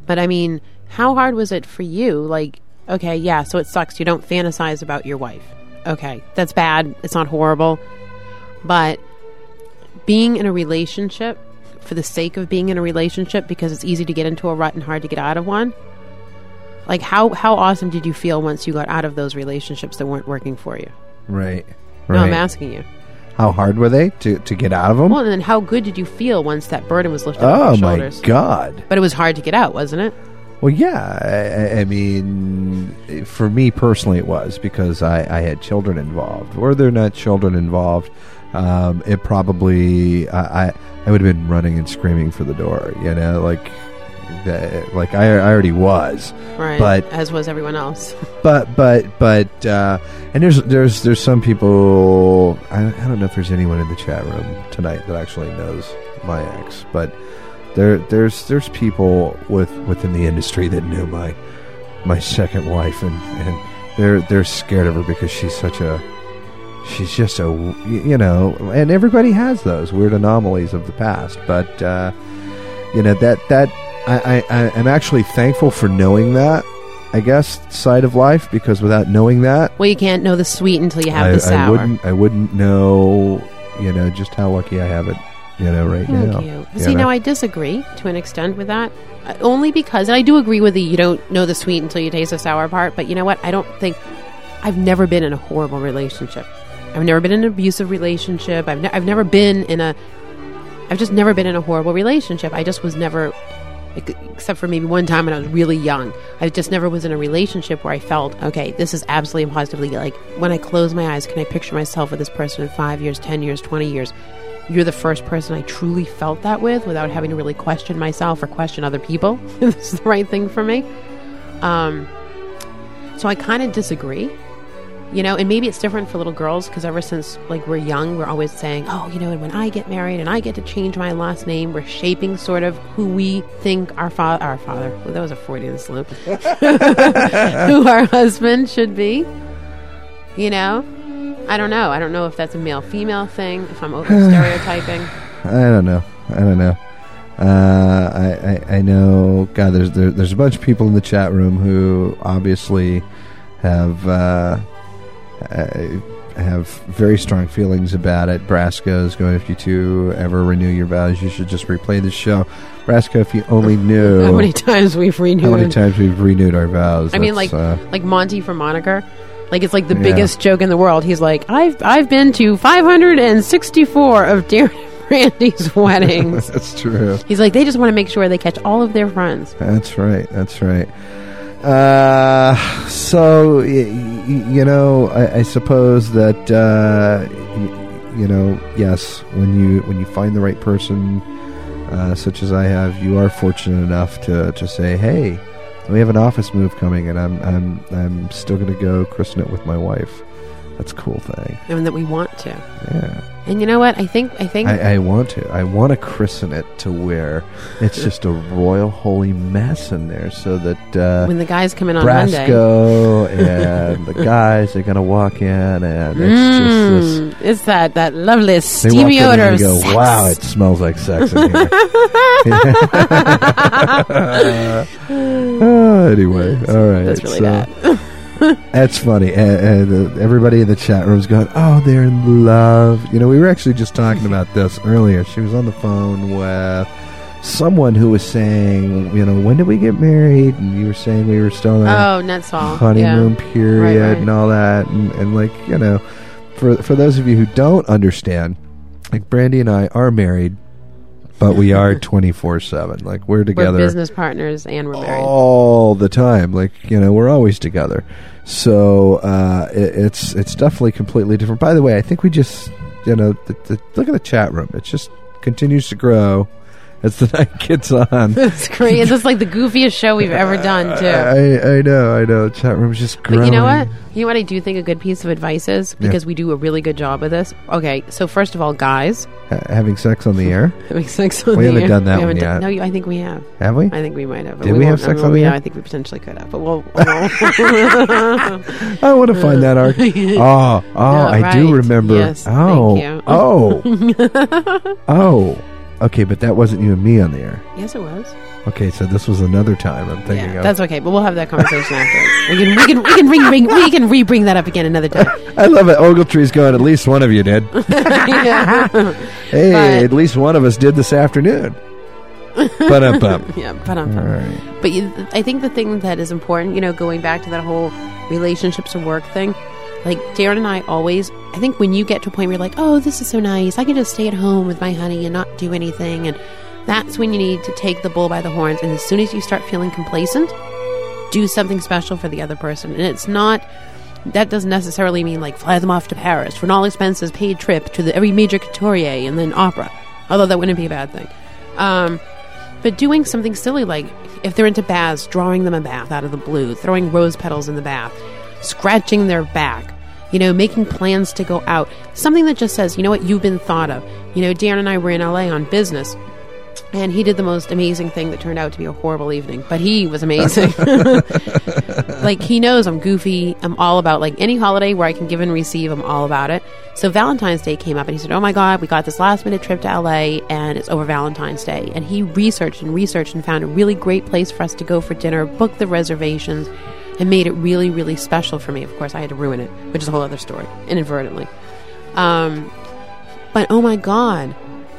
Speaker 4: But I mean, how hard was it for you? Like, okay, yeah, so it sucks. You don't fantasize about your wife. Okay, that's bad. It's not horrible. But being in a relationship for the sake of being in a relationship because it's easy to get into a rut and hard to get out of one. Like how how awesome did you feel once you got out of those relationships that weren't working for you?
Speaker 3: Right.
Speaker 4: No,
Speaker 3: Right.
Speaker 4: I'm asking you.
Speaker 3: How hard were they to, to get out of them?
Speaker 4: Well, and then how good did you feel once that burden was lifted
Speaker 3: oh
Speaker 4: off your
Speaker 3: my
Speaker 4: shoulders?
Speaker 3: god!
Speaker 4: But it was hard to get out, wasn't it?
Speaker 3: Well, yeah. I- I, I mean, for me personally, it was because I, I had children involved. Were there not children involved, um, it probably I I, I would have been running and screaming for the door. You know, like that, like I, I already was.
Speaker 4: Right.
Speaker 3: But-
Speaker 4: as was everyone else. [LAUGHS]
Speaker 3: but but but uh, and there's there's there's some people I, I don't know if there's anyone in the chat room tonight that actually knows my ex but there there's there's people with within the industry that knew my my second wife and and they're they're scared of her because she's such a she's just a you know and everybody has those weird anomalies of the past but uh, you know that that I, I I- I'm actually thankful for knowing that I guess side of life because without knowing that
Speaker 4: well, you can't know the sweet until you have
Speaker 3: I,
Speaker 4: the
Speaker 3: I
Speaker 4: sour.
Speaker 3: wouldn't I wouldn't know you know just how lucky I have it you know right
Speaker 4: Thank
Speaker 3: now
Speaker 4: you.
Speaker 3: you
Speaker 4: See,
Speaker 3: know?
Speaker 4: now I disagree to an extent with that, Uh, only because and I do agree with the you don't know the sweet until you taste the sour part. But you know what? I don't think I've never been in a horrible relationship. I've never been in an abusive relationship. I've, ne- I've never been in a. I've just never been in a horrible relationship. I just was never, ex- except for maybe one time when I was really young. I just never was in a relationship where I felt okay. This is absolutely and positively like when I close my eyes, can I picture myself with this person in five years, ten years, twenty years? You're the first person I truly felt that with, without having to really question myself or question other people. [LAUGHS] if this is the right thing for me. Um, so I kind of disagree. You know, and maybe it's different for little girls because ever since like we're young, we're always saying, "Oh, you know, and when I get married and I get to change my last name, we're shaping sort of who we think our father, our father, well, that was a Freudian slip, [LAUGHS] who our husband should be." You know, I don't know. I don't know if that's a male-female thing. If I'm over stereotyping,
Speaker 3: I don't know. I don't know. Uh, I, I I know. God, there's there, there's a bunch of people in the chat room who obviously have uh, uh, have very strong feelings about it. Brasco is going. If you two ever renew your vows, you should just replay this show. Brasco, if you
Speaker 4: [LAUGHS]
Speaker 3: only knew
Speaker 4: how many times we've renewed?
Speaker 3: how many times we've renewed our vows.
Speaker 4: I mean,
Speaker 3: that's, uh,
Speaker 4: like like Monty from Moniker. Like it's like the
Speaker 3: Yeah.
Speaker 4: biggest joke in the world. He's like, I've I've been to 564 of [LAUGHS] Darren and
Speaker 3: [LAUGHS]
Speaker 4: Randy's weddings.
Speaker 3: that's true.
Speaker 4: He's like, they just want to make sure they catch all of their friends.
Speaker 3: That's right. That's right. Uh, so y- y- you know, I, I suppose that uh, y- you know, yes, when you when you find the right person, uh, such as I have, you are fortunate enough to to say, "Hey, And we have an office move coming, and I'm I'm I'm still gonna go christen it with my wife. That's a cool thing.
Speaker 4: and that we want to.
Speaker 3: Yeah.
Speaker 4: And you know what? I think I think
Speaker 3: I, I want to. I want to christen it to where
Speaker 4: [LAUGHS]
Speaker 3: it's just a royal holy mess in there, so that uh,
Speaker 4: when the guys come in on Monday,
Speaker 3: Brasco and
Speaker 4: [LAUGHS]
Speaker 3: the guys are gonna walk in, and it's just this.
Speaker 4: Mm, it's that that lovely
Speaker 3: They walk
Speaker 4: steamy
Speaker 3: in
Speaker 4: odor
Speaker 3: and
Speaker 4: of
Speaker 3: they go,
Speaker 4: sex.
Speaker 3: "Wow, it smells like sex in
Speaker 4: [LAUGHS]
Speaker 3: here." [LAUGHS] Uh, anyway, all right.
Speaker 4: That's really
Speaker 3: so-
Speaker 4: bad.
Speaker 3: That's funny. And, and uh, everybody in the chat room's going, oh, they're in love. You know, we were actually just talking
Speaker 4: [LAUGHS]
Speaker 3: about this earlier. She was on the phone with someone who was saying, you know, when did we get married? And you were saying we were still in our
Speaker 4: Oh, nuts all.
Speaker 3: uh, honeymoon period
Speaker 4: Right, right.
Speaker 3: and all that. And, and, like, you know, for, for those of you who don't understand, like, Brandy and I are married, but we
Speaker 4: [LAUGHS]
Speaker 3: are 24 7. Like, we're
Speaker 4: Yeah. We're
Speaker 3: together Oh.
Speaker 4: business partners and we're married.
Speaker 3: all the time. Like you know, we're always together. So uh, it, it's it's definitely completely different. By the way, I think we just you know the, the, look at the chat room. It just continues to grow as the [LAUGHS] night gets on.
Speaker 4: [LAUGHS] It's great. It's just like the goofiest show we've ever done,
Speaker 3: [LAUGHS]
Speaker 4: too.
Speaker 3: I, I know, I know. The chat room's just growing.
Speaker 4: But you know what? You know what I do think a good piece of advice is because we do a really good job with this. Okay, so first of all, guys, [LAUGHS]
Speaker 3: Ha- having sex on the air,
Speaker 4: having sex on
Speaker 3: We
Speaker 4: the
Speaker 3: haven't
Speaker 4: air-
Speaker 3: done that
Speaker 4: we haven't
Speaker 3: one
Speaker 4: done-
Speaker 3: yet.
Speaker 4: No, you- I think we have.
Speaker 3: have we?
Speaker 4: I think we might have. but
Speaker 3: Did we have
Speaker 4: won't- I
Speaker 3: sex
Speaker 4: don't
Speaker 3: on the
Speaker 4: know.
Speaker 3: air?
Speaker 4: Yeah, I think we potentially could have,
Speaker 3: [LAUGHS]
Speaker 4: but we'll. we'll-
Speaker 3: I want to find that
Speaker 4: [LAUGHS]
Speaker 3: arc. Oh, oh, I do
Speaker 4: right.
Speaker 3: remember.
Speaker 4: Yes, thank
Speaker 3: oh,
Speaker 4: you. [LAUGHS]
Speaker 3: oh, oh. Okay, but that wasn't you and me on the air.
Speaker 4: yes, it was.
Speaker 3: Okay, so this was another time. I'm thinking
Speaker 4: Yeah,
Speaker 3: of.
Speaker 4: that's okay. But we'll have that conversation afterwards. We can we can we can ring, ring we can re bring that up again another
Speaker 3: [LAUGHS]
Speaker 4: time. [LAUGHS]
Speaker 3: I love it. Ogletree's going. At least one of you did.
Speaker 4: yeah.
Speaker 3: Hey,
Speaker 4: But-
Speaker 3: at least one of us did this afternoon. But up, up.
Speaker 4: Yeah, but I'm
Speaker 3: All right.
Speaker 4: But you, I think the thing that is important, you know, going back to that whole relationships to work thing, like Darren and I always, I think when you get to a point where you're like, oh, this is so nice, I can just stay at home with my honey and not do anything. And that's when you need to take the bull by the horns. And as soon as you start feeling complacent, do something special for the other person. And it's not. That doesn't necessarily mean like fly them off to Paris for an all expenses paid trip to the, every major couturier and then opera, although that wouldn't be a bad thing. Um, but doing something silly like if they're into baths, drawing them a bath out of the blue, throwing rose petals in the bath, scratching their back, you know, making plans to go out. Something that just says, you know what, you've been thought of. You know, Darren and I were in LA on business. And he did the most amazing thing that turned out to be a horrible evening, but he was amazing. [LAUGHS] like he knows I'm goofy. I'm all about like any holiday where I can give and receive. I'm all about it. So Valentine's Day came up, and he said, "Oh my God, we got this last minute trip to LA, and it's over Valentine's Day." And he researched and researched and found a really great place for us to go for dinner, booked the reservations, and made it really, really special for me. Of course, I had to ruin it, which is a whole other story, inadvertently. Um, but oh my god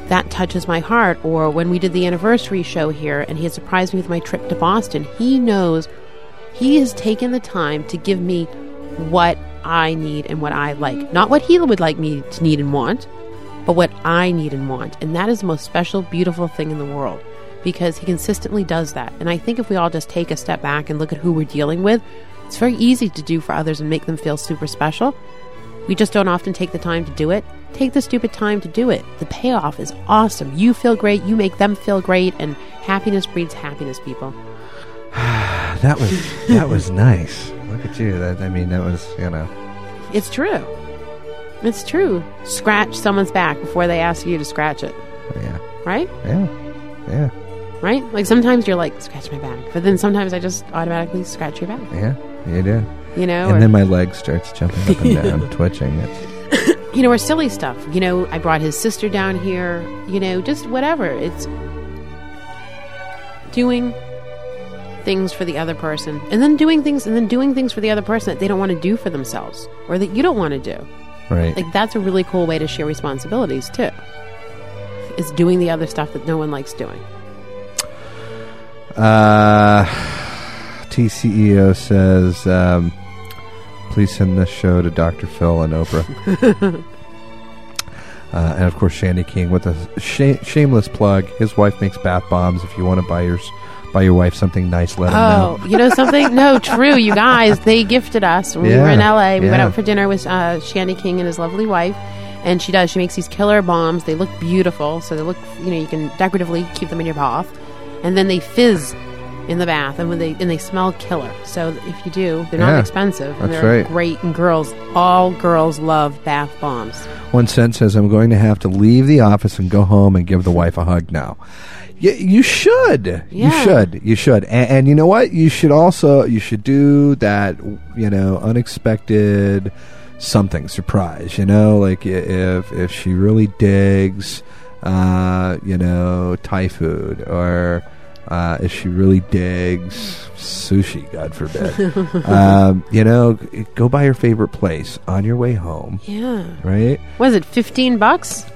Speaker 4: that touches my heart or when we did the anniversary show here and he had surprised me with my trip to boston he knows he has taken the time to give me what i need and what i like not what he would like me to need and want but what i need and want and that is the most special beautiful thing in the world because he consistently does that and i think if we all just take a step back and look at who we're dealing with it's very easy to do for others and make them feel super special we just don't often take the time to do it. Take the stupid time to do it. The payoff is awesome. You feel great, you make them feel great, and happiness breeds happiness, people.
Speaker 3: That was that was nice. Look at you. That I mean, that was you know.
Speaker 4: It's true. It's true. Scratch someone's back before they ask you to scratch it,
Speaker 3: Yeah.
Speaker 4: right?
Speaker 3: Yeah. Yeah.
Speaker 4: Right? Like sometimes you're like, scratch my back. But then sometimes I just automatically scratch your back,
Speaker 3: Yeah. You did.
Speaker 4: you know? or-
Speaker 3: And then my leg starts jumping up and down, twitching. It's,
Speaker 4: you know, or silly stuff. You know, I brought his sister down here, you know, just whatever. It's doing things for the other person and then doing things and then doing things for the other person that they don't want to do for themselves or that you don't want to do.
Speaker 3: right.
Speaker 4: Like that's a really cool way to share responsibilities too. Is doing the other stuff that no one likes doing.
Speaker 3: Uh, TCEO says, um, please send this show to Dr. Phil and Oprah. uh, and of course, Shandy King with a sh- shameless plug. His wife makes bath bombs. If you want to buy yours, buy your wife something nice, let him know.
Speaker 4: Oh, you know something? [LAUGHS] No, true. You guys, they gifted us when we were in
Speaker 3: Yeah,
Speaker 4: LA. We went
Speaker 3: yeah.
Speaker 4: out for dinner with uh, Shandy King and his lovely wife, and she does. She makes these killer bombs. They look beautiful, so they look you know you can decoratively keep them in your bath, and then they fizz in the bath, and when they and they smell killer. So if you do, they're not
Speaker 3: Yeah,
Speaker 4: expensive. And
Speaker 3: that's
Speaker 4: they're
Speaker 3: right.
Speaker 4: Great, and girls, all girls love bath bombs.
Speaker 3: One cent says, I'm going to have to leave the office and go home and give the wife a hug now. You, you should.
Speaker 4: Yeah.
Speaker 3: You should. You should. And, and you know what? You should also, you should do that, you know, unexpected something surprise, you know, like i- if, if she really digs, uh, you know, Thai food or, uh, if she really digs sushi, God forbid, um, you know, g- go by your favorite place on your way home,
Speaker 4: Yeah.
Speaker 3: right?
Speaker 4: Was it fifteen bucks?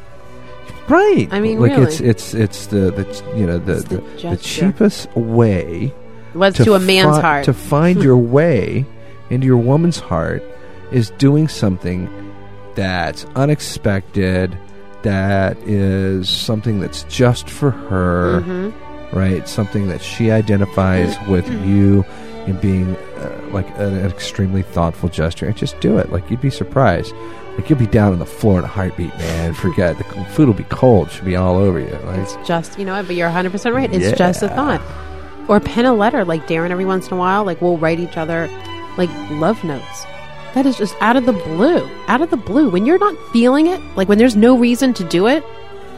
Speaker 3: Right.
Speaker 4: I mean,
Speaker 3: like
Speaker 4: really.
Speaker 3: it's it's it's the the ch- you know the
Speaker 4: It's the
Speaker 3: the, the,
Speaker 4: gesture.
Speaker 3: cheapest way
Speaker 4: Was to, a man's
Speaker 3: fi-
Speaker 4: heart.
Speaker 3: to
Speaker 4: [LAUGHS]
Speaker 3: find your way into your woman's heart is doing something that's unexpected, that is something that's just for her,
Speaker 4: Mm-hmm.
Speaker 3: right? Something that she identifies with you in being uh, like an, an extremely thoughtful gesture. And just do it. Like you'd be surprised. Like you'll be down on the floor in a heartbeat, man. Forget it. the c- food will be cold. Should be all over you. Like,
Speaker 4: It's just, you know, but you're 100% right. It's
Speaker 3: Yeah.
Speaker 4: just a thought. Or pen a letter like Darren every once in a while. Like, we'll write each other like love notes. That is just out of the blue. Out of the blue. When you're not feeling it, like when there's no reason to do it,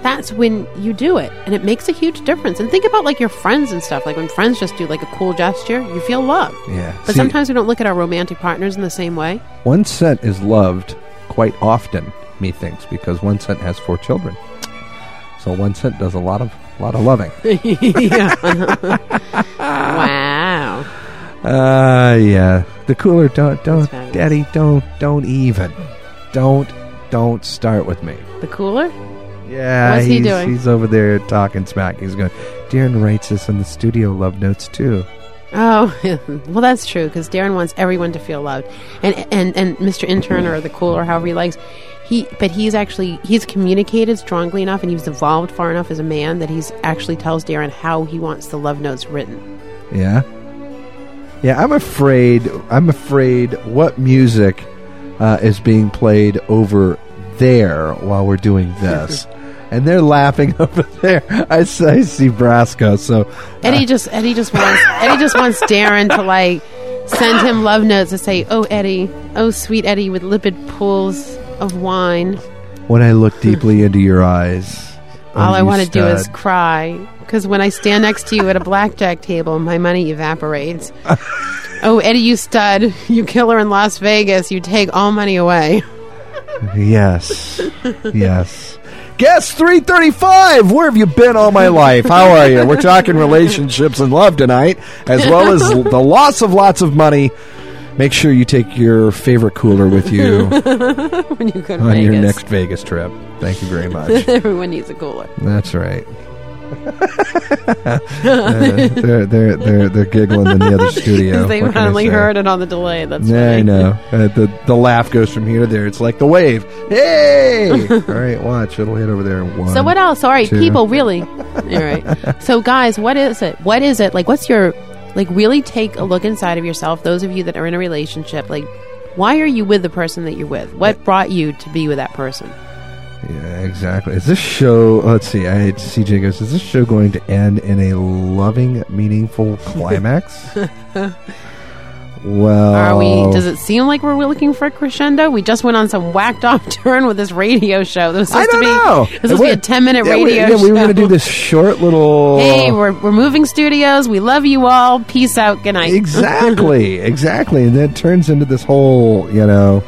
Speaker 4: that's when you do it. And it makes a huge difference. And think about like your friends and stuff. Like when friends just do like a cool gesture, you feel loved.
Speaker 3: yeah.
Speaker 4: But
Speaker 3: See,
Speaker 4: sometimes we don't look at our romantic partners in the
Speaker 3: [LAUGHS]
Speaker 4: same way. [LAUGHS]
Speaker 3: One cent is loved quite often, methinks, because one cent has four children. So one cent does a lot of lot of
Speaker 4: [LAUGHS]
Speaker 3: loving.
Speaker 4: Yeah. [LAUGHS] wow.
Speaker 3: Ah, yeah. The cooler don't don't
Speaker 4: That's fabulous.
Speaker 3: daddy don't don't even. Don't don't start with me.
Speaker 4: The cooler?
Speaker 3: Yeah,
Speaker 4: What's he
Speaker 3: he's,
Speaker 4: doing?
Speaker 3: he's over there talking smack. He's going, Darren writes this in the studio love notes too.
Speaker 4: Oh, [LAUGHS] well, that's true because Darren wants everyone to feel loved, and and and Mr. Intern or the cool or however he likes, he but he's actually he's communicated strongly enough and he's evolved far enough as a man that he's actually tells Darren how he wants the love notes written.
Speaker 3: Yeah. Yeah, I'm afraid. I'm afraid what music uh, is being played over there while we're doing this. and they're laughing [LAUGHS] over there. I, s- I see Brasco, so.
Speaker 4: Eddie just Eddie just wants Eddie just wants Darren to like send him love notes and say, "Oh Eddie, oh sweet Eddie, with lipid pools of wine,
Speaker 3: When I look deeply into your eyes.
Speaker 4: all
Speaker 3: oh,
Speaker 4: I
Speaker 3: you
Speaker 4: want to do is
Speaker 3: stud.
Speaker 4: cry because when I stand next to you at a blackjack table, my
Speaker 3: [LAUGHS]
Speaker 4: money evaporates. oh, Eddie, you stud, you killer in Las Vegas, you take all money away. [LAUGHS]
Speaker 3: Yes. yes. Guest 335, where have you been all my life? How are you? We're talking relationships and love tonight, as well
Speaker 4: [LAUGHS]
Speaker 3: as l- the loss of lots of money. Make sure you take your favorite cooler with you
Speaker 4: [LAUGHS]
Speaker 3: on
Speaker 4: when you go to
Speaker 3: your
Speaker 4: Vegas.
Speaker 3: next Vegas trip. Thank you very much.
Speaker 4: [LAUGHS] Everyone needs a cooler.
Speaker 3: That's
Speaker 4: [LAUGHS]
Speaker 3: right. Uh, they're, they're, they're, they're giggling in the other studio.
Speaker 4: they
Speaker 3: What can I
Speaker 4: finally
Speaker 3: say?
Speaker 4: heard it on the delay. That's
Speaker 3: Yeah, I
Speaker 4: funny.
Speaker 3: know. Uh, the the laugh goes from here to there. It's like the wave.
Speaker 4: [LAUGHS]
Speaker 3: Hey! All right, watch. It'll hit over there. in One.
Speaker 4: So what else? All right,
Speaker 3: two.
Speaker 4: people,
Speaker 3: [LAUGHS]
Speaker 4: really. All right. So guys, what is it? What is it? Like what's your like really take a look inside of yourself, those of you that are in a relationship, like why are you with the person that you're with? What brought you to be with that person?
Speaker 3: Yeah, exactly. Is this show? Let's see. I CJ goes. Is this show going to end in a loving,
Speaker 4: [LAUGHS]
Speaker 3: meaningful climax? well,
Speaker 4: Are
Speaker 3: Oh.
Speaker 4: we? Does it seem like we're looking for a crescendo? We just went on some whacked off [LAUGHS] turn with this radio show. That was
Speaker 3: I don't
Speaker 4: supposed to be,
Speaker 3: know.
Speaker 4: It was supposed to be a ten minute
Speaker 3: yeah,
Speaker 4: radio
Speaker 3: We, yeah, we were going to
Speaker 4: show.
Speaker 3: do this short little.
Speaker 4: [LAUGHS] Hey, we're, we're moving studios. We love you all. Peace out. Good night. [LAUGHS]
Speaker 3: exactly, exactly, and then it turns into this whole you know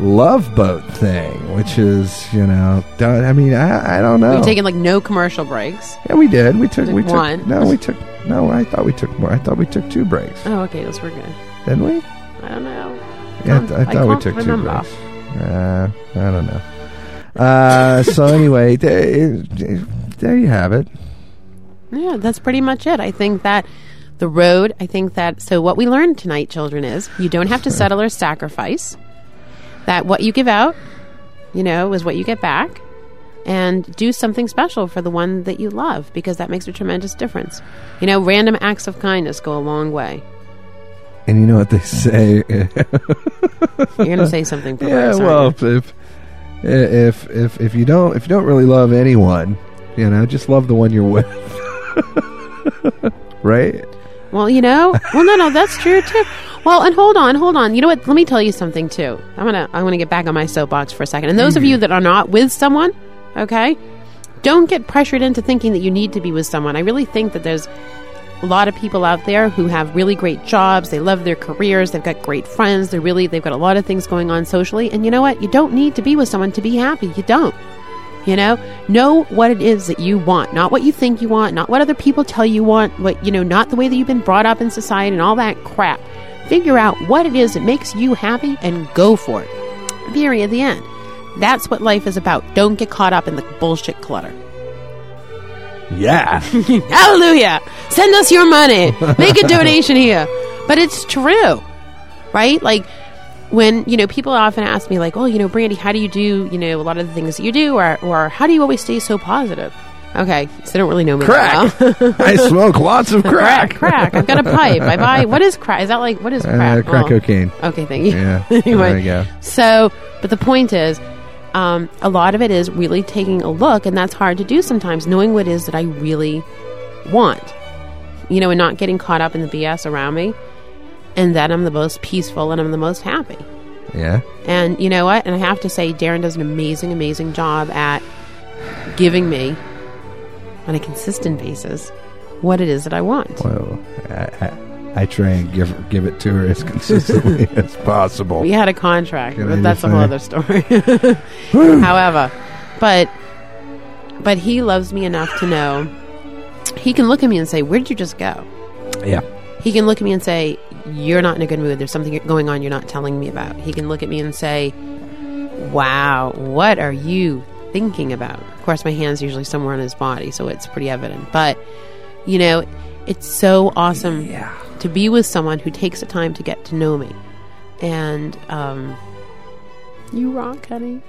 Speaker 3: love boat thing, which is you know. Done. I mean, I, I don't know.
Speaker 4: We've taken like no commercial breaks.
Speaker 3: yeah, we did. We took.
Speaker 4: Took
Speaker 3: We took.
Speaker 4: one.
Speaker 3: No, we took. No, I thought we took more. I thought we took two breaks,
Speaker 4: Oh, okay, those were good.
Speaker 3: didn't we?
Speaker 4: I don't know.
Speaker 3: Yeah, I, th- I
Speaker 4: I
Speaker 3: thought we
Speaker 4: can't
Speaker 3: took two
Speaker 4: remember.
Speaker 3: breaks. Uh, I don't know. Uh, so anyway, there, there you have it.
Speaker 4: Yeah, that's pretty much it. I think that the road. I think that so. What we learned tonight, children, is you don't have to settle or sacrifice. That what you give out, you know, is what you get back. and do something special for the one that you love because that makes a tremendous difference. You know, random acts of kindness go a long way.
Speaker 3: And you know what they say? yeah,
Speaker 4: You're going to say something [LAUGHS] perverse. aren't
Speaker 3: well, if, if if if if you don't if you don't really love anyone, you know, just love the one you're with, [LAUGHS] right?
Speaker 4: you? Well, you know, well, no, no, that's true too. Well, and hold on, hold on. You know what? Let me tell you something too. I'm gonna, I'm gonna get back on my soapbox for a second. And those of you that are not with someone, okay, don't get pressured into thinking that you need to be with someone. I really think that there's a lot of people out there who have really great jobs. They love their careers. They've got great friends. They're really, they've got a lot of things going on socially. And you know what? You don't need to be with someone to be happy. You don't. You know, know what it is that you want, not what you think you want, not what other people tell you want, what you know, not the way that you've been brought up in society and all that crap. Figure out what it is that makes you happy and go for it. Period. The end. That's what life is about. Don't get caught up in the bullshit clutter.
Speaker 3: Yeah.
Speaker 4: [LAUGHS] Hallelujah! Send us your money. Make a donation here. But it's true, right? Like when you know people often ask me, like, "Oh, you know, Brandy, how do you do? You know, a lot of the things that you do, or or how do you always stay so positive?" Okay, so they don't really know me. that
Speaker 3: Crack.
Speaker 4: well. [LAUGHS]
Speaker 3: I smoke lots of crack.
Speaker 4: crack, crack. I've got a pipe. I buy. What is crack? Is that like what is
Speaker 3: Uh,
Speaker 4: crack? Oh.
Speaker 3: crack cocaine.
Speaker 4: Okay, thank you.
Speaker 3: Yeah,
Speaker 4: [LAUGHS] anyway,
Speaker 3: there you go.
Speaker 4: So, but the point is, um, a lot of it is really taking a look, and that's hard to do sometimes. Knowing what it is that I really want, you know, and not getting caught up in the BS around me, and then I'm the most peaceful and I'm the most happy.
Speaker 3: Yeah.
Speaker 4: And you know what? And I have to say, Darren does an amazing, amazing job at giving me, on a consistent basis, what it is that I want.
Speaker 3: Well, I, I, I try and give give it to her as [LAUGHS] consistently as possible.
Speaker 4: We had a contract,
Speaker 3: Can I
Speaker 4: but that's
Speaker 3: just
Speaker 4: a whole
Speaker 3: say-
Speaker 4: other story. [LAUGHS] However, but but he loves me enough to know he can look at me and say, "Where did you just go?"
Speaker 3: Yeah.
Speaker 4: He can look at me and say, "You're not in a good mood. There's something going on you're not telling me about." He can look at me and say, "Wow, what are you thinking about?" Of course, my hand's usually somewhere on his body, so it's pretty evident. But you know, it's so awesome to be with someone who takes the time to get to know me. And um, you rock, honey.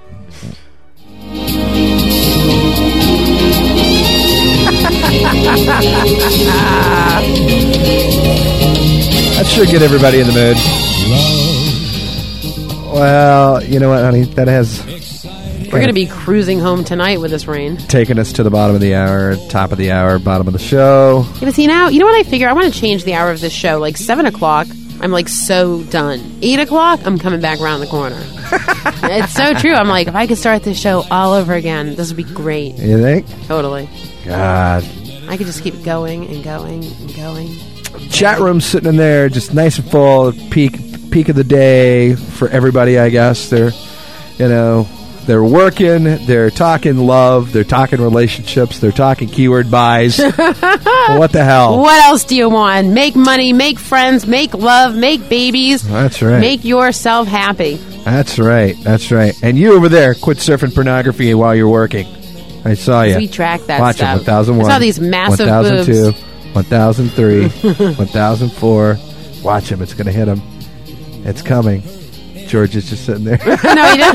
Speaker 3: That should get everybody in the mood. Well, you know what, honey? That has
Speaker 4: We're going to be cruising home tonight with this rain.
Speaker 3: taken us to the bottom of the hour, top of the hour, bottom of the show.
Speaker 4: Yeah, but see now, you know what I figure? I want to change the hour of this show. Like seven o'clock, I'm like so done. Eight o'clock, I'm coming back around the [LAUGHS] corner. it's so true. I'm like, if I could start this show all over again, this would be great.
Speaker 3: You think?
Speaker 4: Totally.
Speaker 3: God.
Speaker 4: I could just keep going and going and going.
Speaker 3: Chat room sitting in there, just nice and full, peak peak of the day for everybody, I guess. They're, you know, they're working, they're talking love, they're talking relationships, they're talking keyword
Speaker 4: [LAUGHS]
Speaker 3: buys. what the hell?
Speaker 4: What else do you want? Make money, make friends, make love, make babies.
Speaker 3: That's right.
Speaker 4: Make yourself happy.
Speaker 3: That's right. That's right. And you over there, quit surfing pornography while you're working. I saw you.
Speaker 4: We track that
Speaker 3: Watch
Speaker 4: stuff.
Speaker 3: them. 1001.
Speaker 4: I saw these massive
Speaker 3: 1002,
Speaker 4: [LAUGHS]
Speaker 3: 1003, 1004. Watch them. It's going to hit them. It's coming. George is just sitting there. [LAUGHS]
Speaker 4: no, you don't.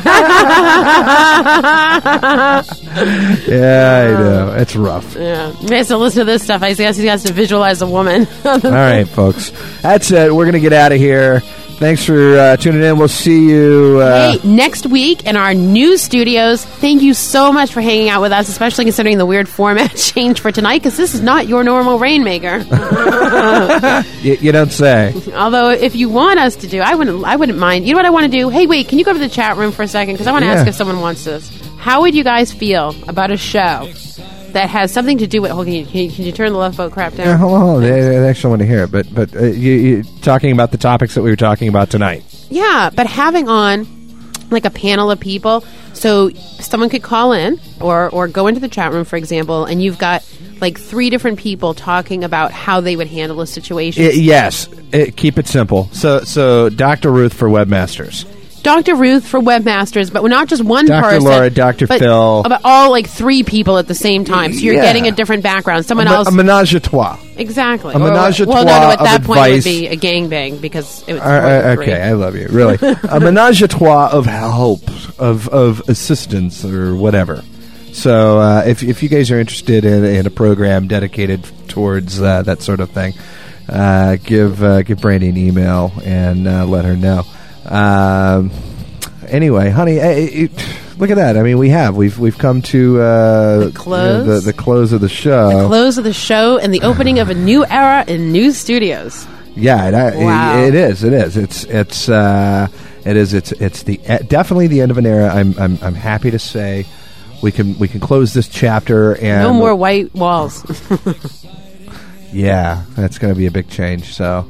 Speaker 3: yeah, I know.
Speaker 4: Uh,
Speaker 3: It's rough.
Speaker 4: [LAUGHS] yeah. He has to listen to this stuff. I guess he has to visualize a woman. [LAUGHS]
Speaker 3: All right, folks. That's it. We're going to get out of here. Thanks for uh, tuning in. We'll see you. Uh,
Speaker 4: Hey, next week in our new studios. Thank you so much for hanging out with us, especially considering the weird format [LAUGHS] change for tonight, because this is not your normal
Speaker 3: [LAUGHS]
Speaker 4: Rainmaker.
Speaker 3: y- you don't say. [LAUGHS]
Speaker 4: Although, if you want us to do, I wouldn't. I wouldn't mind. You know what I want to do? Hey, wait, can you go to the chat room for a second? Because I want to
Speaker 3: Yeah.
Speaker 4: ask if someone wants this. How would you guys feel about a show that has something to do with? Hold, can, you, can you- can you turn the left boat crap down?
Speaker 3: Yeah, hold on, hold on. They, they actually want to hear it, but but uh, you, you talking about the topics that we were talking about tonight.
Speaker 4: Yeah, but having on like a panel of people, so someone could call in or or go into the chat room, for example, and you've got like three different people talking about how they would handle a situation.
Speaker 3: I- yes, I- keep it simple. So so Dr. Ruth for webmasters.
Speaker 4: Dr. Ruth for webmasters, but we're not just one
Speaker 3: Dr.
Speaker 4: person.
Speaker 3: Laura, Dr.
Speaker 4: but-
Speaker 3: Phil.
Speaker 4: but all like three people at the same time. So you're
Speaker 3: Yeah.
Speaker 4: getting a different background. Someone
Speaker 3: A,
Speaker 4: else,
Speaker 3: a menage a trois.
Speaker 4: exactly.
Speaker 3: a
Speaker 4: Or-
Speaker 3: menage a
Speaker 4: well, no,
Speaker 3: trois
Speaker 4: no. At
Speaker 3: of
Speaker 4: that point, it would
Speaker 3: advice.
Speaker 4: be a gangbang because it was.
Speaker 3: All right,
Speaker 4: more than three.
Speaker 3: okay, I love you. Really,
Speaker 4: [LAUGHS]
Speaker 3: a menage a trois of help, of of assistance, or whatever. So uh, if if you guys are interested in, in a program dedicated towards uh, that sort of thing, uh, give uh, give Brandy an email and uh, let her know. Um, anyway, honey, I, I- it, look at that. I mean, we have we've we've come to uh,
Speaker 4: The close?
Speaker 3: the, the close of the show.
Speaker 4: The close of the show and the opening of a new era in new studios.
Speaker 3: Yeah, it, I,
Speaker 4: Wow.
Speaker 3: it is. It is. It's it's uh, it is. It's it's the eh, definitely the end of an era. I'm I'm I'm happy to say we can we can close this chapter and
Speaker 4: No more white walls.
Speaker 3: Yeah, that's going to be a big change. So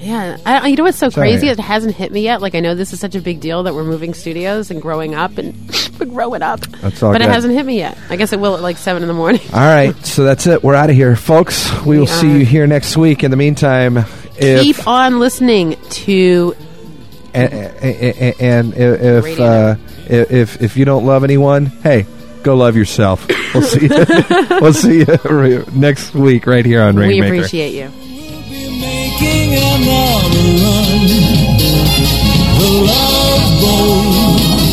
Speaker 4: yeah, I, I- you know what's so
Speaker 3: Sorry.
Speaker 4: crazy? It hasn't hit me yet. Like I know this is such a big deal that we're moving studios and growing up and [LAUGHS] we're growing up.
Speaker 3: That's all
Speaker 4: but it
Speaker 3: good.
Speaker 4: hasn't hit me yet. I guess it will at like seven in the morning.
Speaker 3: all right, so that's it. We're out of here, folks. We will
Speaker 4: We
Speaker 3: see
Speaker 4: are.
Speaker 3: you here next week. In the meantime, if
Speaker 4: Keep on listening to
Speaker 3: and, and, and if if,
Speaker 4: Radio.
Speaker 3: uh, if if you don't love anyone, hey, go love yourself. We'll see.
Speaker 4: [LAUGHS]
Speaker 3: You. we'll see you [LAUGHS] re- next week right here on
Speaker 4: We
Speaker 3: Rainmaker.
Speaker 4: Appreciate You.
Speaker 2: making another run. The love boat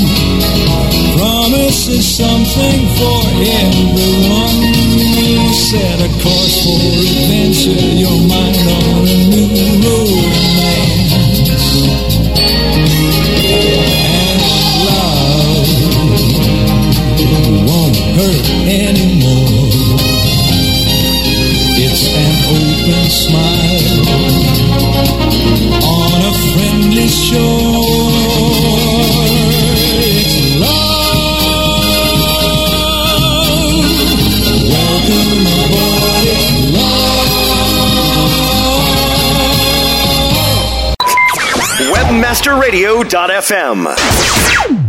Speaker 2: promises something for everyone. Set a course for adventure, your mind on a new road. And love won't hurt anymore. It's an open smile on a friendly shore. It's love. Welcome aboard. It's love.
Speaker 1: Webmasterradio.fm.